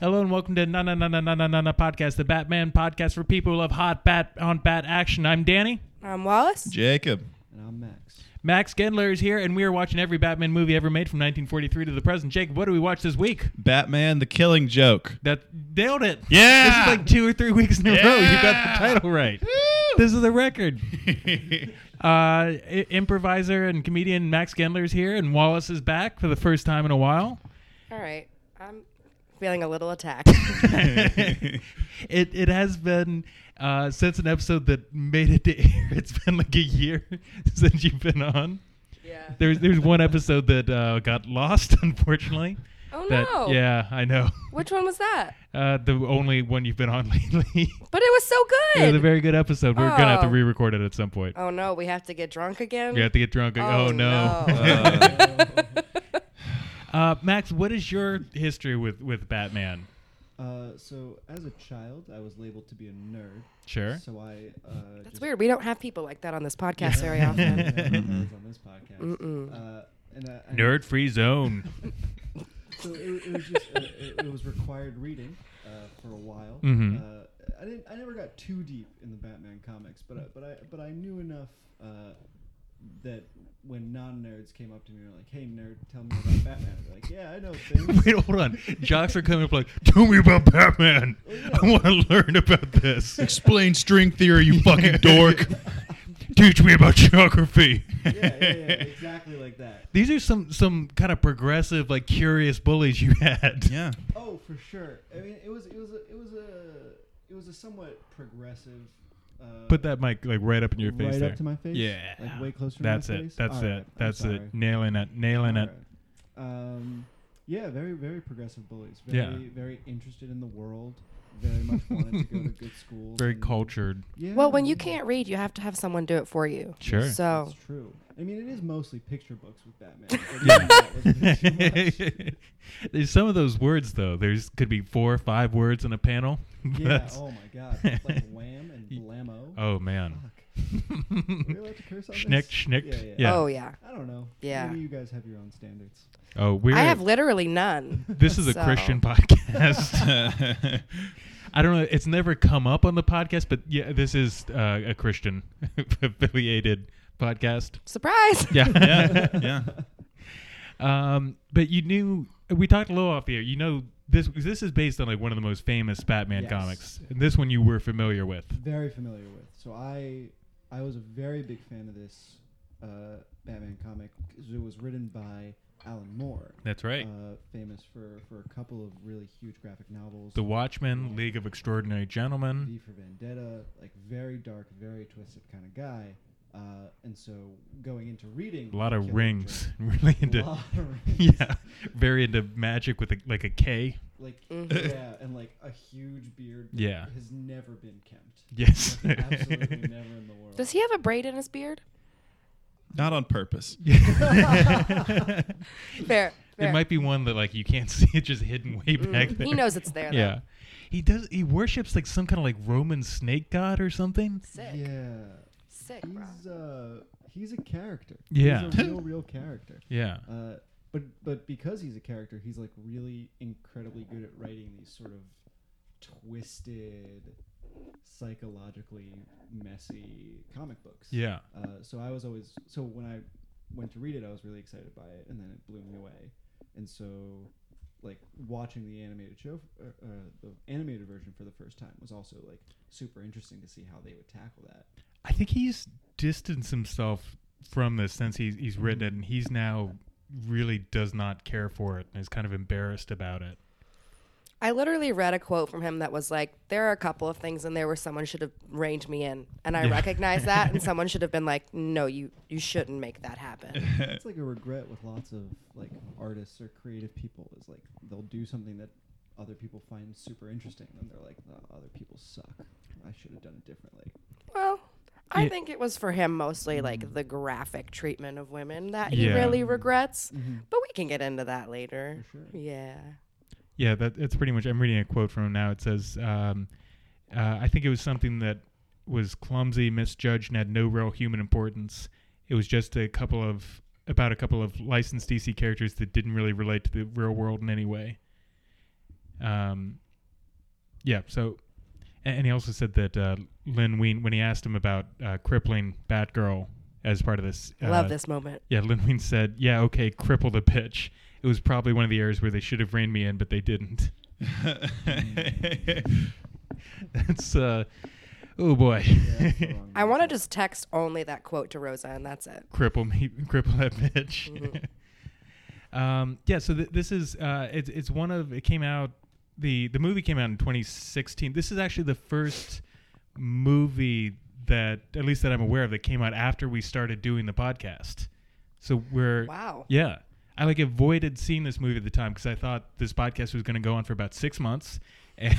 welcome to Na Na Na Na Na Na Na Na Podcast, the Batman podcast for people who love hot bat on bat action. I'm Danny. I'm Wallace. Jacob. And I'm Max. Max Gendler is here, and we are watching every Batman movie ever made from 1943 to the present. Jacob, what do we watch this week? Batman the Killing Joke. That nailed it. Yeah. This is like two or three weeks in a row. You got Yeah. the title right. This is the record. uh, i- improviser and comedian Max Gendler is here, and Wallace is back for the first time in a while. All right. I'm feeling a little attacked. it it has been uh, since an episode that made it to air. It's been like a year since you've been on. yeah. There's there's one episode that uh, got lost, unfortunately. Oh, that, no. Yeah, I know. Which one was that? Uh, the only one you've been on lately. But it was so it was good. a very good episode. We're gonna have to Oh. re-record it at some point. oh no, we have to get drunk again. You have to get drunk. Oh, oh no. no. Uh, uh, Max, what is your history with with Batman? Uh, so as a child, I was labeled to be a nerd. Sure. So I. Uh, That's just- weird. We don't have people like that on this podcast very Yeah, often. yeah, I was on this Mm-mm. podcast. Uh, and I, I- Nerd free zone. So it, it was just uh, it, it was required reading uh, for a while. Mhm. Uh, I didn't. I never got too deep in the Batman comics, but I, but I but I knew enough uh, that when non nerds came up to me and were like, "Hey nerd, tell me about Batman," I'd be like, "Yeah, I know things." Wait, hold on. Jocks are coming up like, tell me about Batman. I want to learn about this. Explain string theory, you fucking dork. Teach me about geography. yeah, yeah, yeah, exactly like that. These are some some kind of progressive, like curious bullies you had. yeah. Oh, for sure. I mean, it was it was a, it was a it was a somewhat progressive. Uh, Put that mic like right up in your face right there. up to my face. yeah. like way closer. That's to my it. Face? That's All it. right, I'm That's it. sorry. Nailing it. Nailing All it. right. Um, yeah, very very progressive bullies. Very Yeah. very interested in the world. Very much wanted to go to good schools. Very and- cultured. Yeah. Well, when you can't read, you have to have someone do it for you. Sure. So That's true. I mean, it is mostly picture books with Batman. but Yeah. even that was a bit too much. There's some of those words though. There's could be four or five words in a panel. yeah. That's- Oh my God. It's like wham and blammo. oh man. Fuck. Are we allowed to curse on this? Schnick, schnick. Yeah, yeah. Yeah. oh yeah. I don't know. Yeah. Maybe you guys have your own standards. Oh, we're I have literally none. This is a So- Christian podcast. I don't know. It's never come up on the podcast, but yeah, this is uh, a Christian affiliated podcast. Surprise. Yeah, Yeah. Yeah. Um, but you knew we talked a little off the air. You know this. This is based on like one of the most famous Batman Yes. comics, and this one you were familiar with. Very familiar with. So I, I was a very big fan of this uh, Batman comic. 'cause It was written by Alan Moore, That's right. uh, famous for for a couple of really huge graphic novels. the Watchmen, League of Extraordinary Gentlemen. V for Vendetta, like very dark, very twisted kind of guy. Uh, and so going into reading, A lot of Killing rings. Joke, Really a into. lot of rings. Yeah, very into magic with a, like a K. like Mhm. yeah, and like a huge beard. that Yeah. has never been kempt. Yes. Like, absolutely never in the world. Does he have a braid in his beard? Not on purpose. Yeah. Fair. There fair. might be one that like you can't see it just hidden way back Mm, there. He knows it's there. Though. Yeah. He does he worships like some kind of like Roman snake god or something. Sick. Yeah, Sick, bro. he's uh, he's a character. Yeah. he's a real, real character. Yeah. Uh, but but because he's a character, he's like really incredibly good at writing these sort of twisted, psychologically messy comic books. Yeah. Uh, so I was always so when I went to read it, I was really excited by it, and then it blew me away. And so, like watching the animated show, or, uh, the animated version for the first time was also like super interesting to see how they would tackle that. I think he's distanced himself from this since he's he's Mm-hmm. written it and he's now really does not care for it and is kind of embarrassed about it. I literally read a quote from him that was like, "There are a couple of things in there where someone should have reined me in, and I Yeah. recognize that, and someone should have been like, no, you you shouldn't make that happen.'" It's like a regret with lots of like artists or creative people is like they'll do something that other people find super interesting, and they're like, "No, other people suck. I should have done it differently." well, I Yeah. think it was for him mostly like the graphic treatment of women that he Yeah. really regrets, Mhm. but we can get into that later. For sure. Yeah. Yeah, that, that's pretty much. I'm reading a quote from him now. It says, um, uh, "I think it was something that was clumsy, misjudged, and had no real human importance. It was just a couple of about a couple of licensed DC characters that didn't really relate to the real world in any way." Um, yeah. So, and, and he also said that uh, Lynn Wein, when he asked him about uh, crippling Batgirl as part of this, uh, Love this moment. Yeah, Lin Wein said, "Yeah, okay, cripple the pitch." It was probably one of the areas where they should have reined me in, but they didn't. That's uh, oh boy. Yeah, that's the wrong I want to movie. just text only that quote to Rosa, and that's it. cripple me, cripple that bitch. um, yeah, so th- this is uh, it's it's one of it came out the the movie came out in 2016. This is actually the first movie that at least that I'm aware of that came out after we started doing the podcast. So we're Wow. yeah. I like avoided seeing this movie at the time because I thought this podcast was going to go on for about six months, and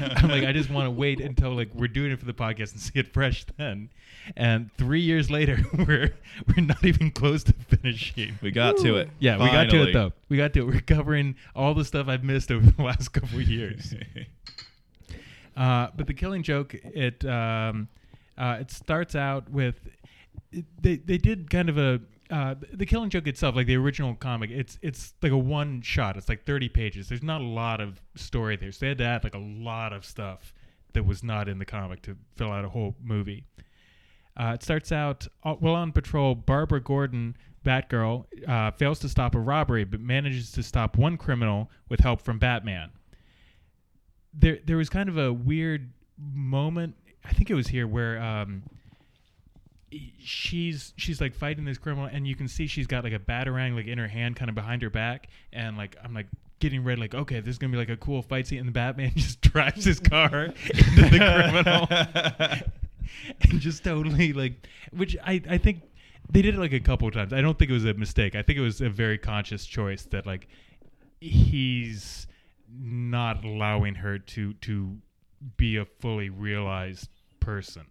I'm like, I just want to wait until like we're doing it for the podcast and see it fresh then. And three years later, we're we're not even close to finishing. we got to it. Yeah, we got to Finally. it though. We got to it. We're covering all the stuff I've missed over the last couple of years. Uh, but the Killing Joke, it um, uh, it starts out with it, they they did kind of a uh, the Killing Joke itself, like the original comic. It's it's like a one shot. It's like thirty pages. There's not a lot of story there, so they had to add like a lot of stuff that was not in the comic to fill out a whole movie. Uh, it starts out uh, while on patrol. Barbara Gordon, Batgirl, uh, fails to stop a robbery, but manages to stop one criminal with help from Batman. There, there was kind of a weird moment. I think it was here where um, e, she's she's like fighting this criminal, and you can see she's got like a batarang like in her hand, kind of behind her back, and like I'm like getting ready, like okay, this is gonna be like a cool fight scene, and the Batman just drives his car into the criminal and just totally like which I, I think they did it like a couple of times i don't think it was a mistake i think it was a very conscious choice that like he's not allowing her to to be a fully realized person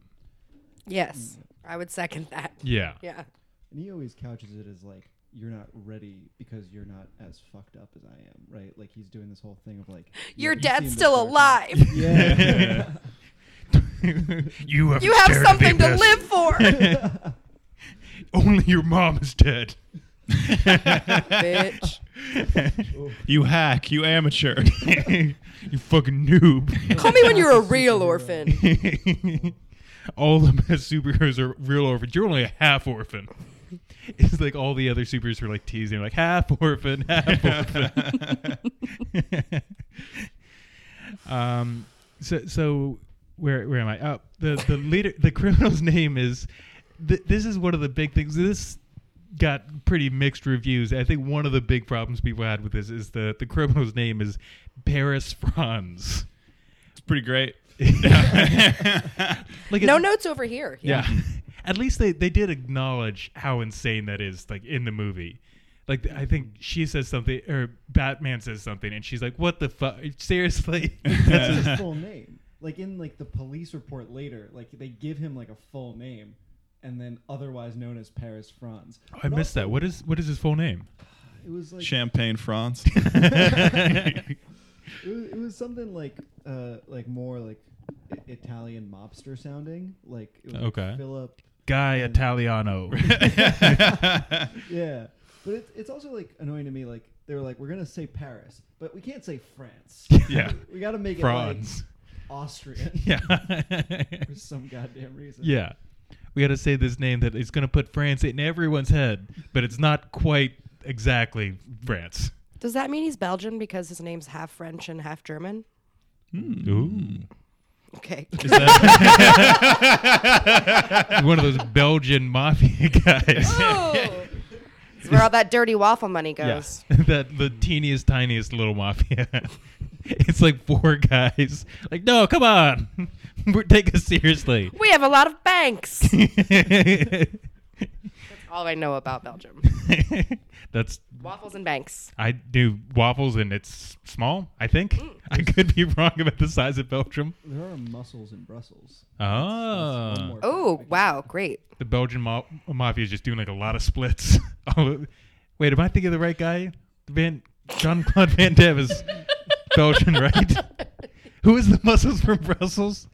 Yes, I would second that. yeah Yeah. And he always couches it as like, "You're not ready because you're not as fucked up as I am," right? Like he's doing this whole thing of like, you- Your you dad's seem still this dark- alive. Yeah. you have, you have charity something to best. live for. only your mom is dead Bitch. you hack, you amateur. you fucking noob Call me when you're a real orphan. all the best superheroes are real orphans. You're only a half orphan. It's like all the other superheroes were like teasing, like half orphan, half orphan. um, so so where where am I? Oh, the the leader, the criminal's name is. Th- this is one of the big things. This got pretty mixed reviews. I think one of the big problems people had with this is the the criminal's name is Paris Franz. it's pretty great. Like No it's- notes over here. yeah. At least they, they did acknowledge how insane that is, like in the movie. Like I think she says something or Batman says something and she's like, What the fuck seriously? That's his full name. Like in like the police report later, like they give him like a full name, and then otherwise known as Paris Franz. Oh, I missed that. What is what is his full name? It was like Champagne France. it was, it was something like uh like more like I- Italian mobster sounding. Like it was like, Okay. Philip. Guy Italiano. Yeah, but it's it's also like annoying to me. Like they were like, we're gonna say Paris, but we can't say France. yeah. we got to make Franz. it like Austrian Yeah. for some goddamn reason. yeah. We gotta say this name that is gonna put France in everyone's head, but it's not quite exactly France. Does that mean he's Belgian because his name's half French and half German? Ooh. Okay. Is that, One of those Belgian mafia guys. Oh. It's where all that dirty waffle money goes. Yeah. that the teeniest, tiniest little mafia. it's like four guys. Like, no, come on, We're, take us seriously. We have a lot of banks. That's That's all I know about Belgium. Waffles and banks. I do waffles and it's small. I think Mm. I could be wrong about the size of Belgium. There are muscles in Brussels. That's one Oh, more Oh, fact. wow. Great. the Belgian ma- mafia is just doing like a lot of splits. All of- Wait, am I thinking of the right guy? Van Jean Claude Van Damme is Belgian, right? Who is the muscles from Brussels?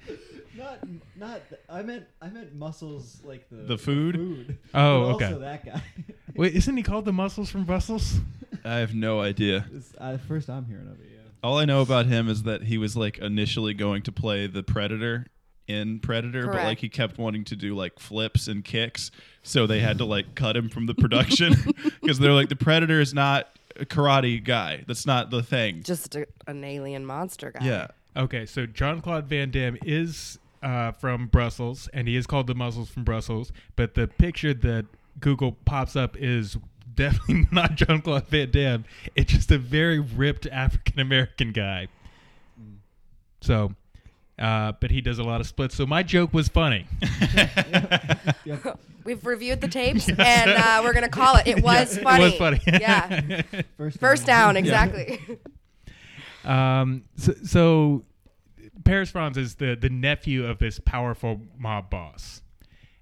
Not, not. I meant, I meant muscles like the The food? Oh, but okay. Also that guy. Wait, isn't he called the Muscles from Brussels? I have no idea. This- I- uh, first, I'm hearing of it. Yeah. All I know about him is that he was like initially going to play the Predator in Predator, but like Correct. he kept wanting to do like flips and kicks, so they had to like cut him from the production because they're like the Predator is not a karate guy. That's not the thing. Just a, an alien monster guy. yeah. Okay, so John Claude Van Damme is uh, from Brussels, and he is called the Muscles from Brussels. But the picture that Google pops up is definitely not John Claude Van Damme. It's just a very ripped African American guy. So, uh, but he does a lot of splits. So my joke was funny. Yep. We've reviewed the tapes and uh, we're going to call it. It was funny. It was funny. yeah. First, First down, exactly. Um, so, so Paris Franz is the, the nephew of this powerful mob boss.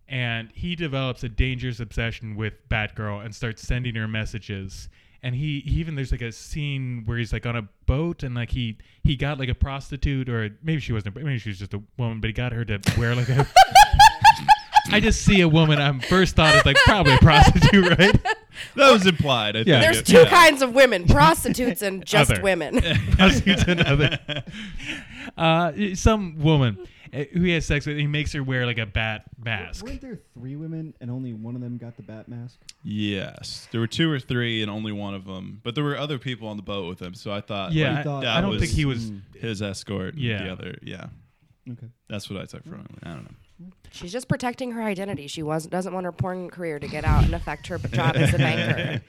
And he develops a dangerous obsession with Batgirl and starts sending her messages. And he, he even there's like a scene where he's like on a boat and like he he got like a prostitute or maybe she wasn't a- maybe she was just a woman but he got her to wear like a I just see a woman I'm first thought is like probably a prostitute right That was implied. I Yeah. think. There's It- two yeah. kinds of women prostitutes and just Other. women. prostitutes and other uh, some woman uh, who he has sex with. He makes her wear like a bat mask. Weren't there three women and only one of them got the bat mask? Yes, there were two or three, and only one of them. But there were other people on the boat with him, so I thought, Yeah, What I, he thought I that don't was- think he was. Mm. his escort. and Yeah. the other, yeah, Okay. that's what I took from it. I don't know. She's just protecting her identity. She was, doesn't want her porn career to get out and affect her job as an anchor.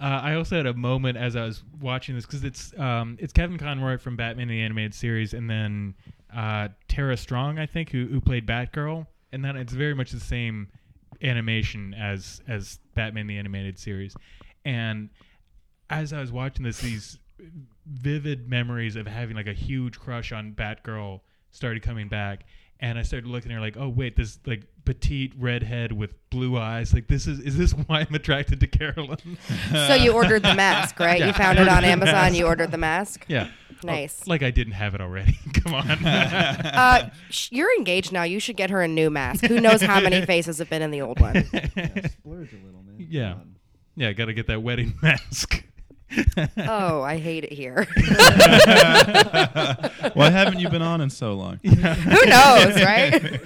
Uh, I also had a moment as I was watching this because it's um, it's Kevin Conroy from Batman the animated series, and then uh, Tara Strong, I think, who who played Batgirl, and then it's very much the same animation as as Batman the animated series, and as I was watching this, these vivid memories of having like a huge crush on Batgirl started coming back, and I started looking at her like, oh wait, this like petite redhead with blue eyes, like this is is this why I'm attracted to Carolyn? so you ordered the mask, right? Yeah. You found it on Amazon. You ordered the mask. yeah, Oh, Nice. like I didn't have it already. Come on. Uh, sh- you're engaged now. You should get her a new mask. Who knows how many faces have been in the old one? Yeah, splurge a little, man. Come Yeah. on. yeah, gotta get that wedding mask. Oh, I hate it here. Why haven't you been on in so long? Who knows, right?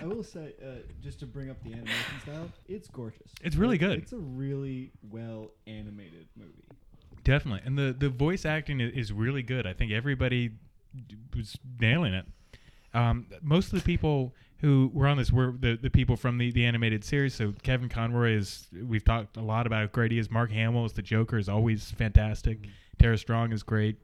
I will say, uh, just to bring up the animation style, it's gorgeous. It's really good. It's a really well animated movie. Definitely, and the the voice acting i- is really good. I think everybody d- was nailing it. Um, most of the people who were on this were the, the people from the, the animated series. So Kevin Conroy is we've talked a lot about how great he is. Mark Hamill as the Joker is always fantastic. Tara Strong is great.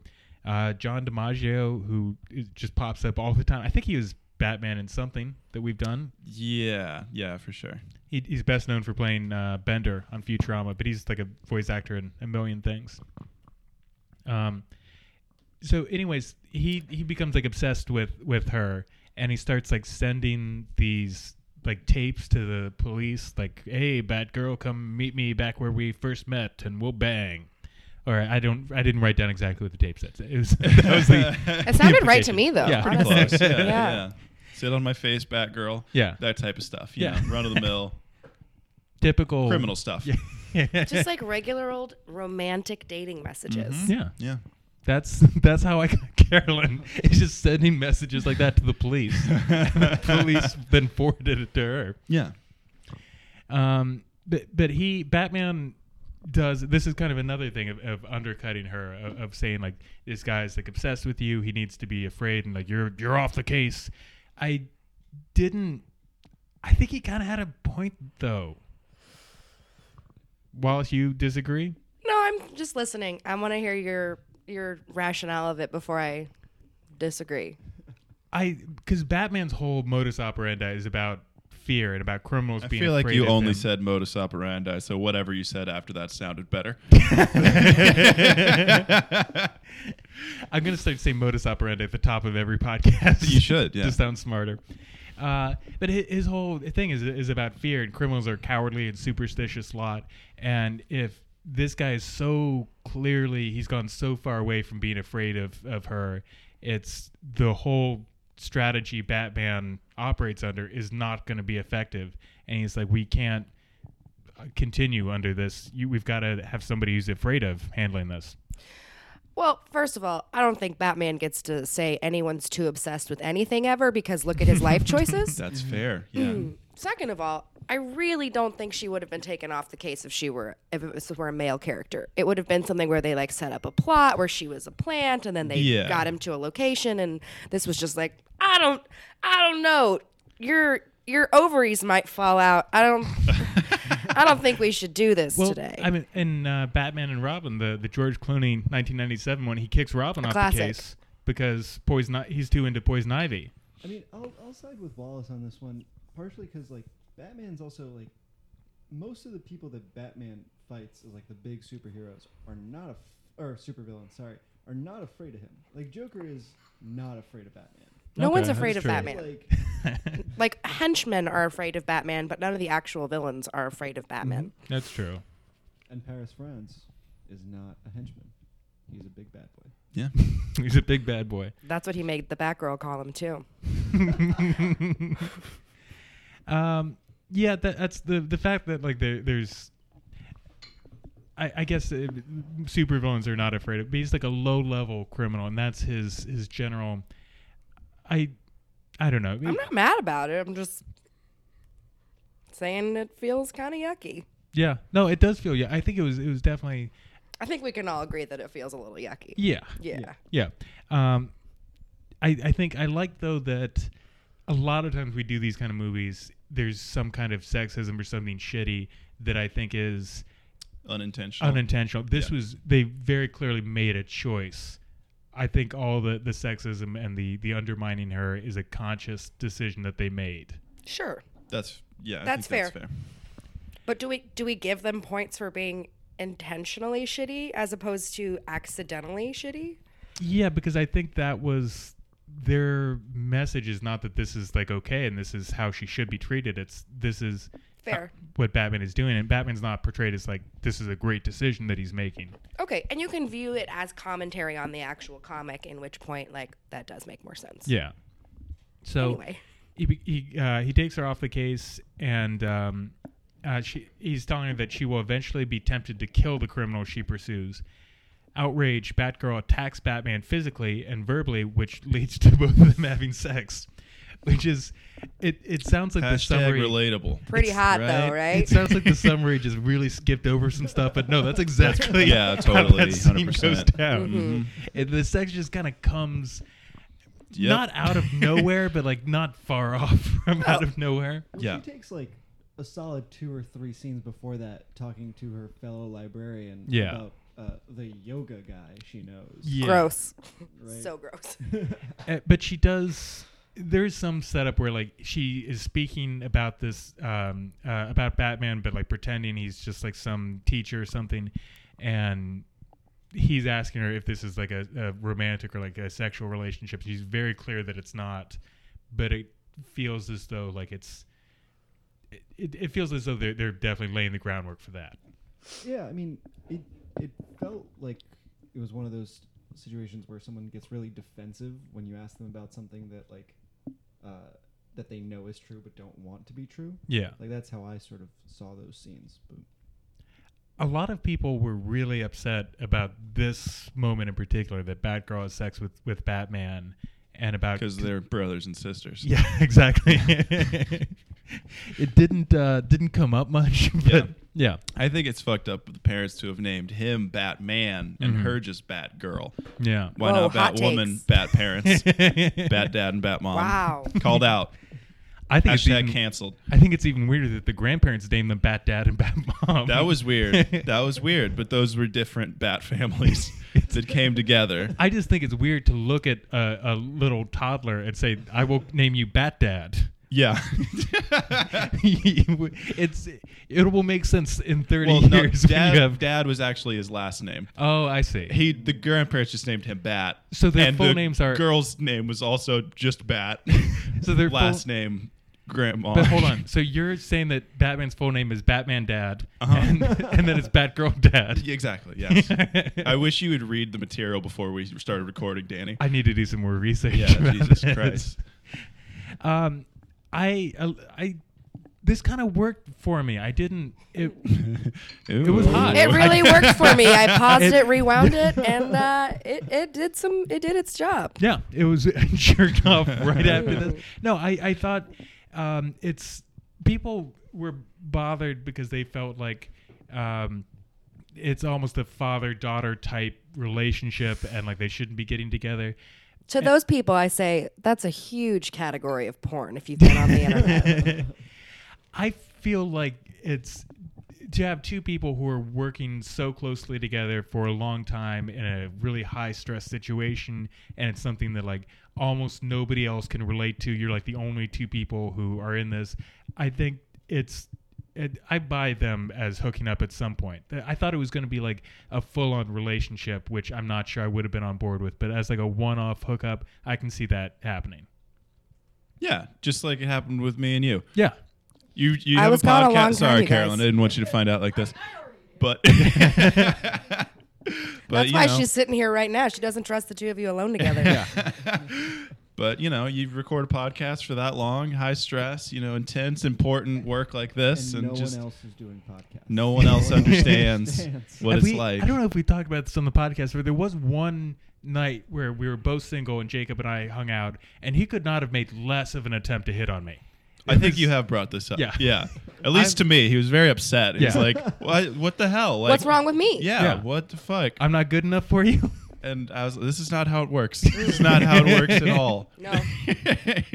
Uh, John DiMaggio who is, just pops up all the time. I think he was Batman in something that we've done. Yeah, yeah, for sure. He, he's best known for playing uh, Bender on Futurama, but he's like a voice actor in a million things. Um, so, anyways, he he becomes like obsessed with with her, and he starts like sending these like tapes to the police, like, "Hey, Batgirl, come meet me back where we first met, and we'll bang." Or I don't, I didn't write down exactly what the tape said. It was that was the It sounded right to implication. me though. Yeah, Pretty honestly. close. Yeah, yeah. Yeah. Sit on my face, Batgirl. Yeah. that type of stuff. Yeah. yeah, run of the mill, typical criminal stuff. Yeah, Just like regular old romantic dating messages. yeah. yeah. That's that's how I got Carolyn. It's just sending messages like that to the police. And the police then forwarded it to her. Yeah. Um, but but he Batman does this is kind of another thing of, of undercutting her of, of saying like this guy's like obsessed with you. He needs to be afraid and like you're you're off the case. I didn't. I think he kind of had a point though. Wallace, you disagree? No, I'm just listening. I want to hear your your rationale of it before I disagree. I because Batman's whole modus operandi is about fear and about criminals I being. feel like afraid you of only him. said modus operandi, so whatever you said after that sounded better. I'm gonna start saying modus operandi at the top of every podcast. You should, yeah. to sound smarter. Uh, but his, his whole thing is is about fear, and criminals are cowardly and superstitious lot. And if this guy is so clearly, he's gone so far away from being afraid of of her. It's the whole strategy Batman operates under is not going to be effective. And he's like, we can't uh, continue under this. You, we've got to have somebody who's afraid of handling this. Well, first of all, I don't think Batman gets to say anyone's too obsessed with anything ever because look at his life choices. That's Mm-hmm. fair. Yeah. Hmm. Second of all, I really don't think she would have been taken off the case if she were if it was were a male character. It would have been something where they like set up a plot where she was a plant and then they Yeah. got him to a location and this was just like I don't I don't know. Your your ovaries might fall out. I don't I don't think we should do this Well, today. I mean, in uh, Batman and Robin, the, the George Clooney 1997 one, he kicks Robin off classic. the case because poison I- he's too into poison ivy. I mean, I'll, I'll side with Wallace on this one, partially because like Batman's also like most of the people that Batman fights as like the big superheroes are not a f- or supervillains, sorry, are not afraid of him. Like Joker is not afraid of Batman. no Okay, one's that's afraid of true. Batman. Like Like henchmen are afraid of Batman, but none of the actual villains are afraid of Batman. That's true. and Paris France is not a henchman. He's a big bad boy. Yeah. he's a big bad boy. That's what he made the Batgirl call him too. um, yeah, that, that's the the fact that like there, there's. I, I guess uh, supervillains are not afraid of. But he's like a low level criminal, and that's his his general. I, I don't know. I'm not mad about it. I'm just saying it feels kind of yucky. yeah, no, it does feel. Yeah, I think it was it was definitely. I think we can all agree that it feels a little yucky. Yeah, Yeah. yeah. Um, I I think I like though that a lot of times we do these kind of movies. There's some kind of sexism or something shitty that I think is Unintentional. unintentional. This Yeah. was they very clearly made a choice. I think all the, the sexism and the, the undermining her is a conscious decision that they made. Sure. that's yeah. I That's fair. think That's fair. But do we do we give them points for being intentionally shitty as opposed to accidentally shitty? Yeah, because I think that was their message is not that this is like okay and this is how she should be treated. It's this is Fair. uh, what Batman is doing, and Batman's not portrayed as like this is a great decision that he's making. Okay, and you can view it as commentary on the actual comic, in which point, like, that does make more sense. Yeah. So Anyway, he be- he uh, he takes her off the case, and um, uh, she he's telling her that she will eventually be tempted to kill the criminal she pursues. Outraged, Batgirl attacks Batman physically and verbally, which leads to both of them having sex. Which is, it it sounds like the Hashtag summary. relatable. pretty it's- hot though, right? right? It sounds like the summary just really skipped over some stuff, but no, that's exactly yeah, how totally, that scene 100%. goes down. And the sex just kind of comes Yep. not out of nowhere, but like not far off from out of nowhere. Well, Yeah. She takes like a solid two or three scenes before that talking to her fellow librarian Yeah. about uh, the yoga guy she knows. Yeah. Gross. Right? So gross. Uh, but she does. There's some setup where like she is speaking about this um, uh, about Batman, but like pretending he's just like some teacher or something, and he's asking her if this is like a, a romantic or like a sexual relationship. She's very clear that it's not, but it feels as though like it's. it- It, it feels as though they're, they're definitely laying the groundwork for that. Yeah, I mean, it it felt like it was one of those situations where someone gets really defensive when you ask them about something that like uh, that they know is true but don't want to be true. Yeah. Like that's how I sort of saw those scenes. But a lot of people were really upset about this moment in particular that Batgirl has sex with, with Batman and about because they're brothers and sisters. yeah exactly it didn't uh, didn't come up much but yeah I think it's fucked up of the parents to have named him Batman Mm-hmm. and her just Batgirl. yeah Why Whoa, not hot Batwoman, takes. Bat Parents, Bat Dad, and Bat Um, Mom? Wow. Called out. I think it's Hashtag even, canceled. I think it's even weirder that the grandparents named them Bat Dad and Bat Mom That was weird. that was weird. But those were different Bat families that came together. I just think it's weird to look at a, a little toddler and say I will name you Bat Dad Yeah. it's it will make sense in 30 well, no, years when dad, you have dad was actually his last name. Oh, I see. He the grandparents just named him Bat. So their and full the names are- girl's name was also just Bat. So their full- last name Grandma. but hold on. So you're saying that Batman's full name is Batman Dad, and, and then it's Batgirl Dad. Uh-huh. Yeah, Exactly. Yes. I wish you would read the material before we started recording, Danny. I need to do some more research. Yeah, about Jesus this. Christ. Um, I I this kind of worked for me. I didn't. It, it was hot. It really worked for me. I paused it, rewound it, and uh, it it did some. It did its job. Yeah, it was I jerked off right after this. No, I I thought um, it's people were bothered because they felt like um, it's almost a father daughter type relationship and like they shouldn't be getting together. To those people, I say that's a huge category of porn if you've been on the internet. I feel like it's to have two people who are working so closely together for a long time in a really high stress situation and it's something that like almost nobody else can relate to you're like the only two people who are in this i think it's it, i buy them as hooking up at some point i thought it was going to be like a full-on relationship which i'm not sure i would have been on board with but as like a one-off hookup i can see that happening Yeah, just like it happened with me and you. yeah You you I have was a gone a long podcast. time, Sorry, you guys. Carolyn. I didn't want you to find out like this, but but That's you why know, she's sitting here right now. She doesn't trust the two of you alone together. yeah. but you know you record a podcast for that long, high stress, you know, intense, important work like this, and and, no just one else is doing podcasts. no one else understands understands. what Have it's we- like. I don't know if we talked about this on the podcast, but there was one night where we were both single and Jacob and I hung out, and he could not have made less of an attempt to hit on me. I think you have brought this up. Yeah. yeah. At least to me, he was very upset. He's Yeah. like, "What? What the hell? Like, What's wrong with me? Yeah, Yeah. What the fuck?" I'm not good enough for you. and I was, "This is not how it works. This is not how it works at all." No.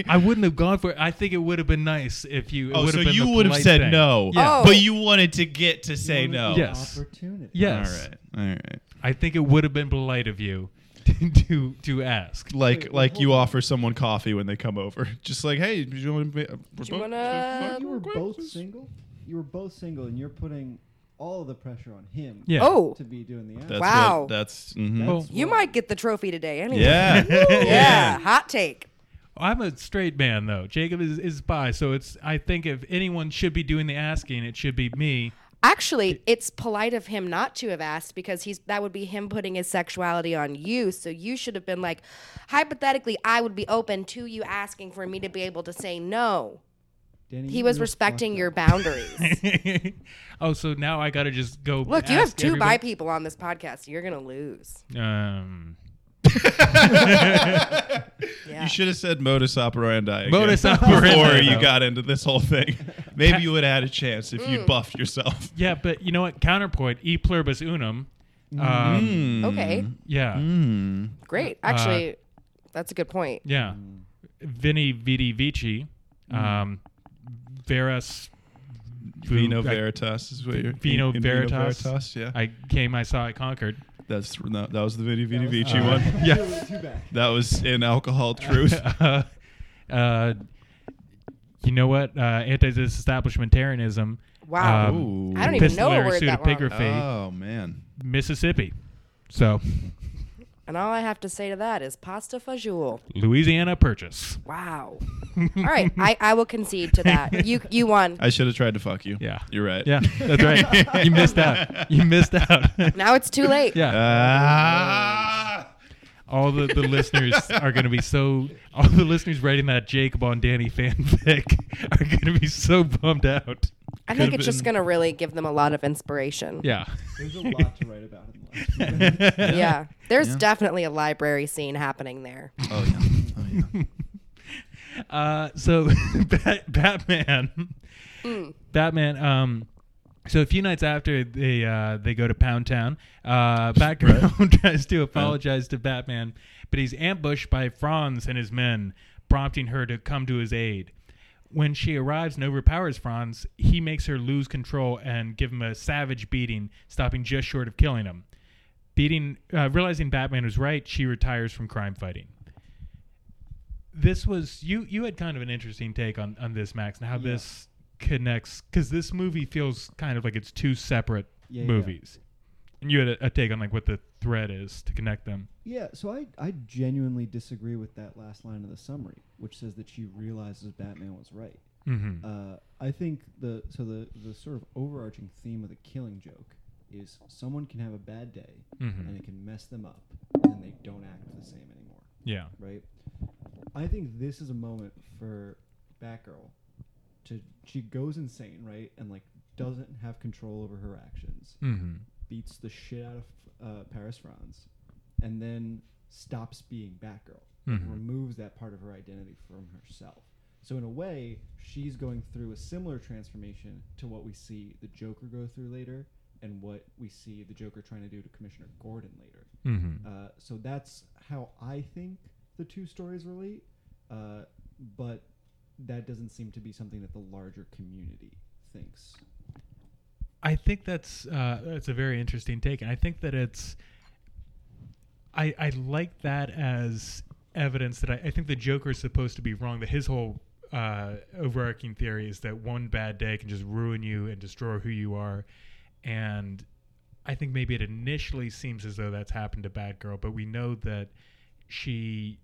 I wouldn't have gone for it. I think it would have been nice if you. It Oh, would so have been you the would have polite said thing. no, Yeah. Oh. but you wanted to get to say You no. wanna be Yeah. Yes. Opportunity. Yes. All right. All right. I think it would have been polite of you to to, to ask. Like Wait, like hold you on. offer someone coffee when they come over. Just like, hey, do you uh, want to? Do you wanna- You were both single. You were both single, and you're putting all the pressure on him. Yeah. Oh, To be doing the act. That's Wow. What, that's. mhm. mm-hmm. Well, you might get the trophy today. Anyway. Yeah. Yeah. Hot take. I'm a straight man though. Jacob is is bi, so it's. I think if anyone should be doing the asking, it should be me. Actually, it's polite of him not to have asked because he's that would be him putting his sexuality on you. So you should have been like, hypothetically, I would be open to you asking for me to be able to say no. Danny, He you was were respecting fucked your up. boundaries. oh, so now I gotta just go. Look, you have ask two everybody- bi people on this podcast. You're gonna lose. Um, Yeah. You should have said modus operandi. again Modus operandi. Before you got into this whole thing. Maybe you would have had a chance if Mm. you'd buffed yourself. yeah, but you know what? Counterpoint: e pluribus unum. Um, Mm. okay. Yeah, Great. Actually, that's a good point. yeah. Vini vidi vici, um, veras. Vino I- Veritas is what you're. Vino in- in Veritas. Veritas, yeah. I came, I saw, I conquered. That's no, that was the Vidi Vidi That Vici was- uh, one. Yeah. two- two back. That was in Alcohol Truth. uh, uh, you know what? Uh, Anti-disestablishmentarianism. Wow. um, Ooh. I don't even know a epistolary word that long. pseudepigraphy, oh man. Mississippi. So, And all I have to say to that is pasta fajoule. Louisiana Purchase. Wow. All right, I, I will concede to that. You you won. I should have tried to fuck you. Yeah. You're right. Yeah, that's right. you missed out. You missed out. Now it's too late. yeah. Ah. All the, the listeners are going to be so. All the listeners writing that Jacob on Danny fanfic are going to be so bummed out. I think Could've it's just been- going to really give them a lot of inspiration. Yeah. There's a lot to write about in life. Yeah. There's Yeah. definitely a library scene happening there. Oh yeah. Oh yeah. Uh, so, Bat- Batman. Batman. Um, so a few nights after they uh, they go to Pound Town, uh, Batgirl tries to apologize to Batman, but he's ambushed by Franz and his men, prompting her to come to his aid. When she arrives and overpowers Franz, he makes her lose control and give him a savage beating, stopping just short of killing him. Beating, uh, realizing Batman was right, she retires from crime fighting. This was you. You had kind of an interesting take on on this, Max, and how Yeah. this connects because this movie feels kind of like it's two separate Yeah, yeah, yeah. movies. And you had a, a take on like what the thread is to connect them. Yeah, so I, I genuinely disagree with that last line of the summary, which says that she realizes Batman was right. Mm-hmm. Uh, I think the so the, the sort of overarching theme of the killing joke is someone can have a bad day Mhm. and it can mess them up and then they don't act the same anymore, Yeah. right? I think this is a moment for Batgirl to she goes insane, right, and like doesn't have control over her actions, Mm-hmm. beats the shit out of uh, Paris France, and then stops being Batgirl, Mhm. removes that part of her identity from herself. So in a way, she's going through a similar transformation to what we see the Joker go through later, and what we see the Joker trying to do to Commissioner Gordon later. Mm-hmm. Uh, so that's how I think the two stories relate, uh, but that doesn't seem to be something that the larger community thinks. I think that's uh, that's a very interesting take, and I think that it's. I I like that as evidence that I, I think the Joker is supposed to be wrong. That his whole uh, overarching theory is that one bad day can just ruin you and destroy who you are, and I think maybe it initially seems as though that's happened to Batgirl, but we know that she.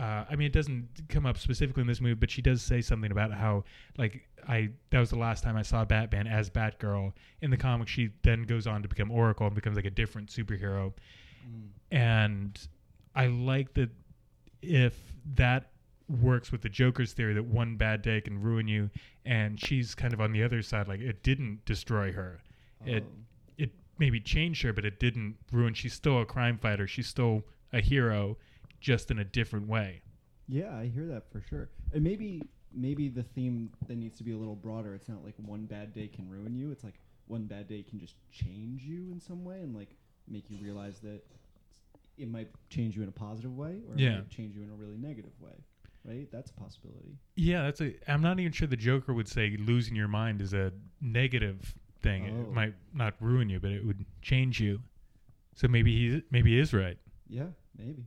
Uh, I mean, it doesn't come up specifically in this movie, but she does say something about how, like, I that was the last time I saw Batman as Batgirl in the comic. She then goes on to become Oracle and becomes like a different superhero, and I like that if that works with the Joker's theory that one bad day can ruin you, and she's kind of on the other side, like it didn't destroy her. It Um, it maybe changed her, but it didn't ruin. She's still a crime fighter. She's still a hero, just in a different way. Yeah, I hear that for sure. And maybe maybe the theme that needs to be a little broader. It's not like one bad day can ruin you. It's like one bad day can just change you in some way and like make you realize that it might change you in a positive way or it Yeah. might change you in a really negative way. Right? That's a possibility. Yeah, that's a. I'm not even sure the Joker would say losing your mind is a negative thing. Oh. It might not ruin you, but it would change you. So maybe he maybe he is right. Yeah, maybe.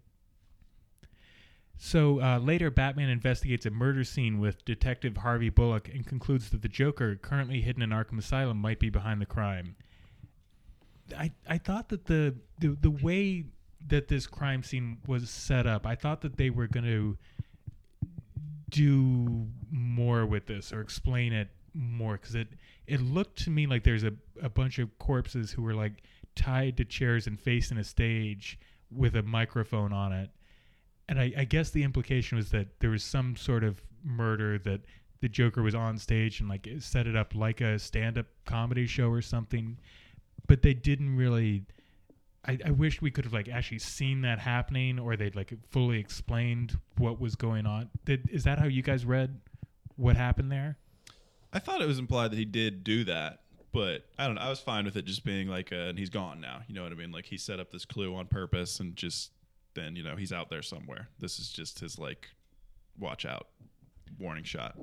So uh, later, Batman investigates a murder scene with Detective Harvey Bullock and concludes that the Joker, currently hidden in Arkham Asylum, might be behind the crime. I I thought that the the, the way that this crime scene was set up, I thought that they were going to do more with this or explain it more because it it looked to me like there's a, a bunch of corpses who were like tied to chairs and faced in a stage with a microphone on it and I, I guess the implication was that there was some sort of murder that the Joker was on stage and like set it up like a stand-up comedy show or something, but they didn't really. I, I wish we could have like actually seen that happening, or they'd like fully explained what was going on. Did, is that how you guys read what happened there? I thought it was implied that he did do that, but I don't know. I was fine with it just being like, uh, and he's gone now. You know what I mean? Like he set up this clue on purpose, and just then you know he's out there somewhere. This is just his like, watch out, warning shot.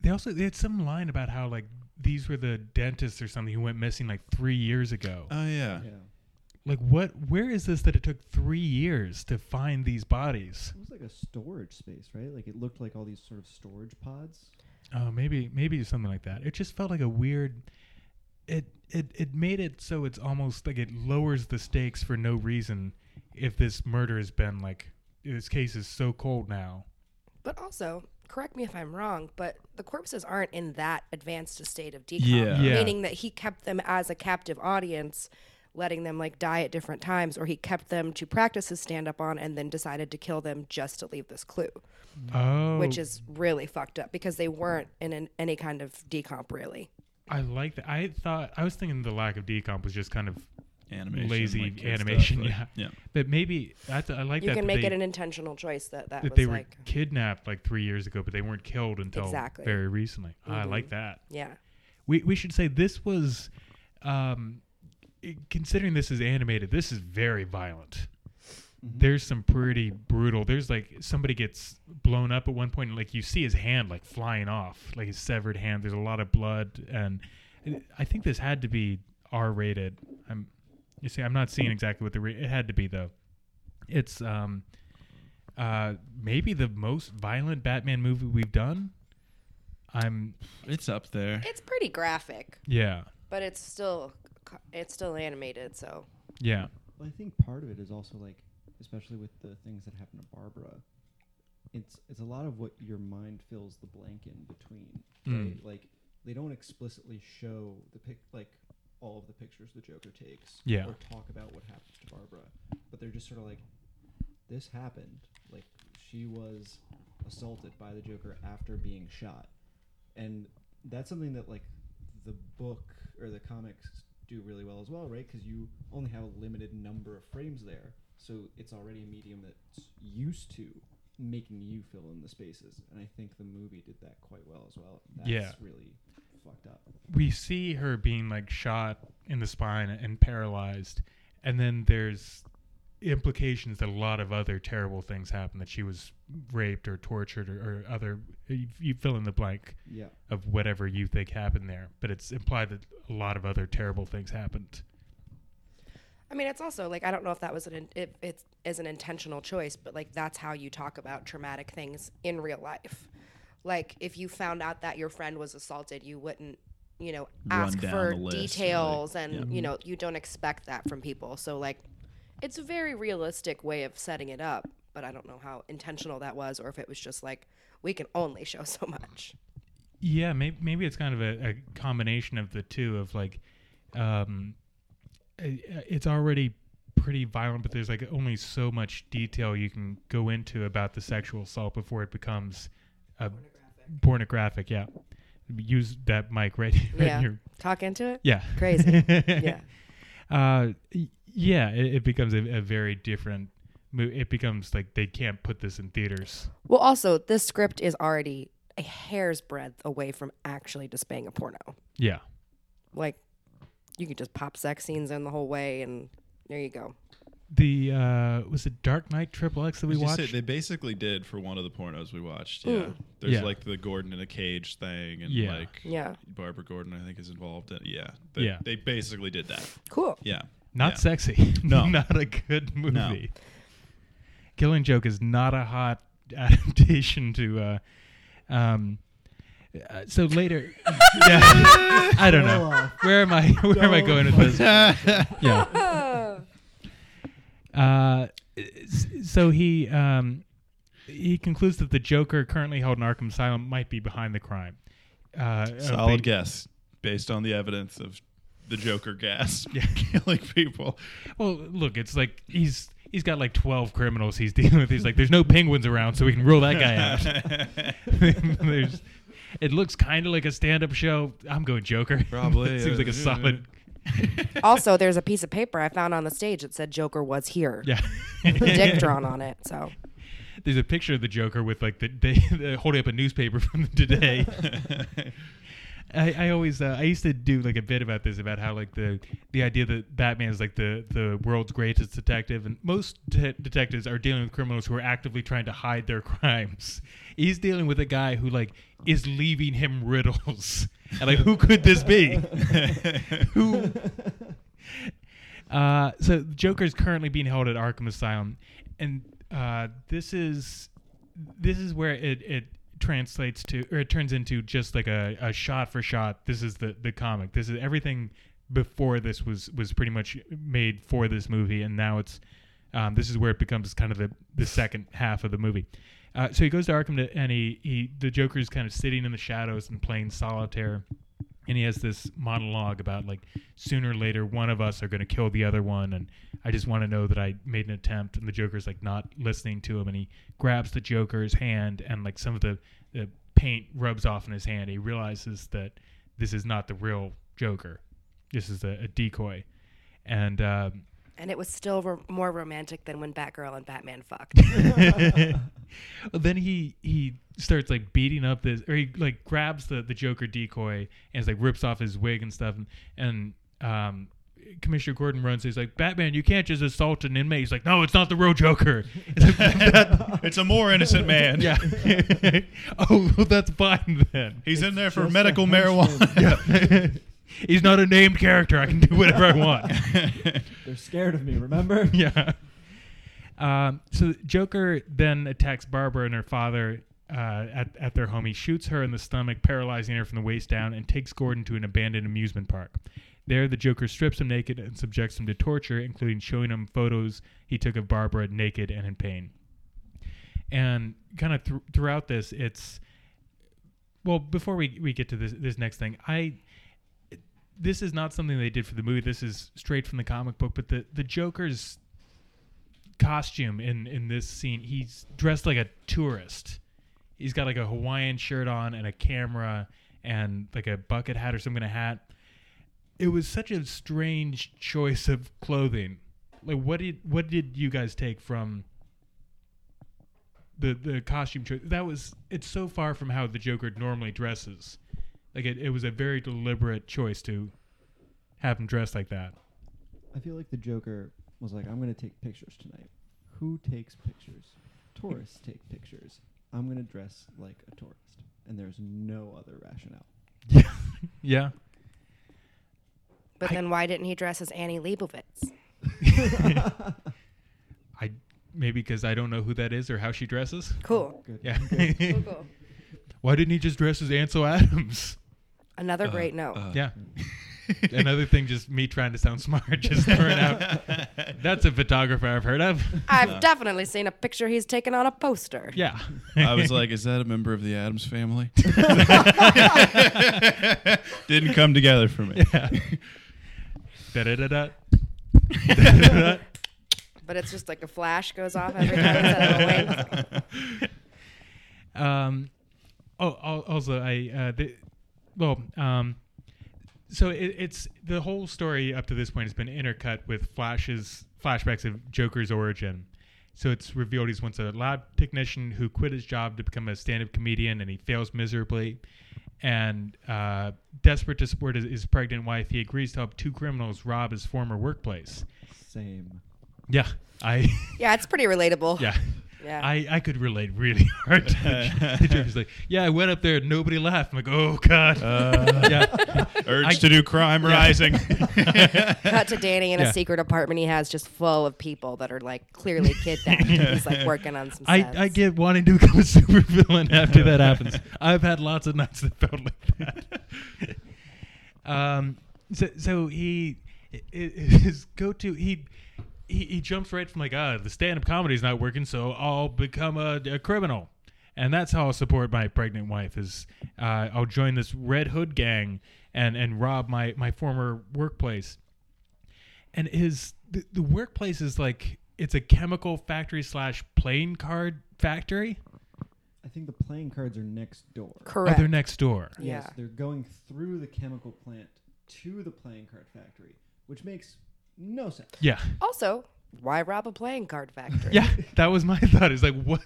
They also they had some line about how like these were the dentists or something who went missing like three years ago. Oh yeah. Yeah. like what? Where is this that it took three years to find these bodies? It was like a storage space, right? Like it looked like all these sort of storage pods. Oh, maybe maybe something like that. It just felt like a weird. It it it made it so it's almost like it lowers the stakes for no reason. If this murder has been like this case is so cold now. But also, correct me if I'm wrong, but the corpses aren't in that advanced a state of decom. Yeah. Yeah. Meaning that he kept them as a captive audience, letting them like die at different times, or he kept them to practice his stand up on and then decided to kill them just to leave this clue, Oh, which is really fucked up because they weren't in an, any kind of decomp really. I like that. I thought I was thinking the lack of decomp was just kind of Animation, lazy like, kid stuff, animation. like- yeah, yeah. But maybe that's I like You that. can that make they, it an intentional choice that that that was they were like, kidnapped like three years ago, but they weren't killed until Exactly. Mm-hmm. very recently. I like that. yeah. we we should say this was um i- considering this is animated this is very violent there's some pretty brutal there's like somebody gets blown up at one point and like you see his hand like flying off like his severed hand there's a lot of blood and and i think this had to be r rated i'm you see i'm not seeing exactly what the ra- it had to be though it's um uh maybe the most violent batman movie we've done i'm It's up there. It's pretty graphic, yeah but it's still co- it's still animated, so yeah Well, I think part of it is also like, especially with the things that happen to Barbara, it's it's a lot of what your mind fills the blank in between. Mm. Right? Like they don't explicitly show the pic, like all of the pictures the Joker takes, Yeah. or talk about what happens to Barbara, but they're just sort of like, this happened. Like she was assaulted by the Joker after being shot, and that's something that like the book or the comics do really well as well, right? Because you only have a limited number of frames there, so it's already a medium that's used to making you fill in the spaces. And I think the movie did that quite well as well. That's Yeah. really fucked up. we see her being like shot in the spine and paralyzed and then there's implications that a lot of other terrible things happen that she was raped or tortured or, or other you, you fill in the blank Yeah, of whatever you think happened there but it's implied that a lot of other terrible things happened I mean, it's also like I don't know if that was an in, if it is an intentional choice, but like that's how you talk about traumatic things in real life. Like if you found out that your friend was assaulted, you wouldn't, you know, Run ask down for the list, like, details, and yeah. you know, you don't expect that from people. So like, it's a very realistic way of setting it up, but I don't know how intentional that was, or if it was just like we can only show so much. Yeah, maybe, maybe it's kind of a, a combination of the two of like, um, i- it's already pretty violent, but there's like only so much detail you can go into about the sexual assault before it becomes a pornographic. Yeah, use that mic right, right Yeah. in your Talk into it. yeah. Crazy. Yeah. Uh, y- yeah, it, it becomes a, a very different. mo- It becomes like they can't put this in theaters. Well, also, this script is already a hair's breadth away from actually displaying a porno. Yeah. Like, you could just pop sex scenes in the whole way, and there you go. The uh, was it Dark Knight Triple X that we Did you say- watched? they basically did for one of the pornos we watched. Yeah, Mm. there's Yeah. like the Gordon in a cage thing, and Yeah. like Yeah. Barbara Gordon, I think, is involved. In, yeah, they, Yeah. they basically did that. Cool. Yeah, Not Yeah. sexy. No. not a good movie. Killing Joke is not a hot adaptation to. Uh, um, uh, so later, yeah, I don't Well, know. uh, Where am I? Where am I Don't going with fuck. this? Yeah. Uh, s- so he um, he concludes that the Joker currently held in Arkham Asylum might be behind the crime. Uh, of solid the- guess based on the evidence of the Joker gas killing people. Well, look, it's like he's he's got like twelve criminals he's dealing with. He's like, there's no penguins around, so we can rule that guy out. there's, it looks kind of like a stand-up show. I'm going Joker. Probably, It seems like yeah. a solid. Also, there's a piece of paper I found on the stage that said Joker was here. Yeah. Dick drawn on it. So, There's a picture of the Joker with like the they, they're holding up a newspaper from today. I, I always uh, I used to do like a bit about this about how like the the idea that Batman is like the the world's greatest detective and most de- detectives are dealing with criminals who are actively trying to hide their crimes. He's dealing with a guy who like is leaving him riddles and like who could this be? who uh, so Joker is currently being held at Arkham Asylum, and uh, this is this is where it, it translates to or it turns into just like a, a shot for shot. This is the the comic. This is everything before this was was pretty much made for this movie, and now it's um, this is where it becomes kind of the the second half of the movie. Uh, so he goes to Arkham to, and he, he the Joker is kind of sitting in the shadows and playing solitaire and he has this monologue about like sooner or later one of us are going to kill the other one and i just want to know that i made an attempt and the joker's like not listening to him and he grabs the joker's hand and like some of the, the paint rubs off in his hand he realizes that this is not the real joker this is a, a decoy and um, and it was still ro- more romantic than when Batgirl and Batman fucked. Well, then he he starts like beating up this, or he like grabs the the Joker decoy and like rips off his wig and stuff, and, and um. Commissioner Gordon runs. He's like, Batman, you can't just assault an inmate. He's like, No, it's not the real Joker. It's like, it's a more innocent man. yeah. oh, well, that's fine then. He's in there for just a medical henchman. marijuana. Yeah. He's not a named character. I can do whatever I want. they're scared of me. Remember? yeah. Um, so Joker then attacks Barbara and her father uh, at, at their home. He shoots her in the stomach, paralyzing her from the waist down, and takes Gordon to an abandoned amusement park. There, the Joker strips him naked and subjects him to torture, including showing him photos he took of Barbara naked and in pain. And kind of thr throughout this, it's well before we, we get to this this next thing, I this is not something they did for the movie. This is straight from the comic book. But the the Joker's costume in in this scene, he's dressed like a tourist. He's got like a Hawaiian shirt on and a camera, and like a bucket hat or some kind of hat. It was such a strange choice of clothing. Like, what did what did you guys take from the the costume choice? That was it's so far from how the Joker normally dresses. Like, it, it was a very deliberate choice to have him dressed like that. I feel like the Joker was like, I'm gonna take pictures tonight. Who takes pictures? Tourists take pictures. I'm gonna dress like a tourist, and there's no other rationale. Yeah. But I- then why didn't he dress as Annie Leibovitz? I maybe because I don't know who that is or how she dresses. Cool. Good. Yeah. Good. Cool, cool. Why didn't he just dress as Ansel Adams? Another Uh, great note. uh, Yeah. Another thing, just me trying to sound smart, just throwing out. That's a photographer I've heard of. I've definitely seen a picture he's taken on a poster. Yeah. I was like, is that a member of the Adams family? Didn't come together for me. da da da da. But it's just like a flash goes off every time I said it, a wink. Um, oh, al- also, I uh, the, well, um, so it, it's the whole story up to this point has been intercut with flashes, flashbacks of Joker's origin. So it's revealed he's once a lab technician who quit his job to become a stand-up comedian, and he fails miserably. And uh, desperate to support his, his pregnant wife, he agrees to help two criminals rob his former workplace. Same. Yeah, I. Yeah, it's pretty relatable. Yeah. Yeah. I, I could relate really hard to the, the joke. It's like, yeah, I went up there and nobody laughed. I'm like, oh, God. yeah. Uh, Urge I- to do crime rising. Cut to Danny in Yeah. a secret apartment he has just full of people that are like clearly kidnapped. He's like working on some I, sets. I get wanting to become a supervillain after that happens. I've had lots of nights that felt like that. um, so, so he i- i- his go to he, he he jumps right from like ah the stand up comedy's not working, so I'll become a, a criminal, and that's how I'll support my pregnant wife is uh, I'll join this Red Hood gang and and rob my my former workplace and his the, the workplace is like it's a chemical factory slash playing card factory. I think the playing cards are next door. Or Correct. they're next door. Yes, Yeah. they're going through the chemical plant to the playing card factory, which makes no sense. Yeah, also, why rob a playing card factory? yeah. That was my thought. Is like what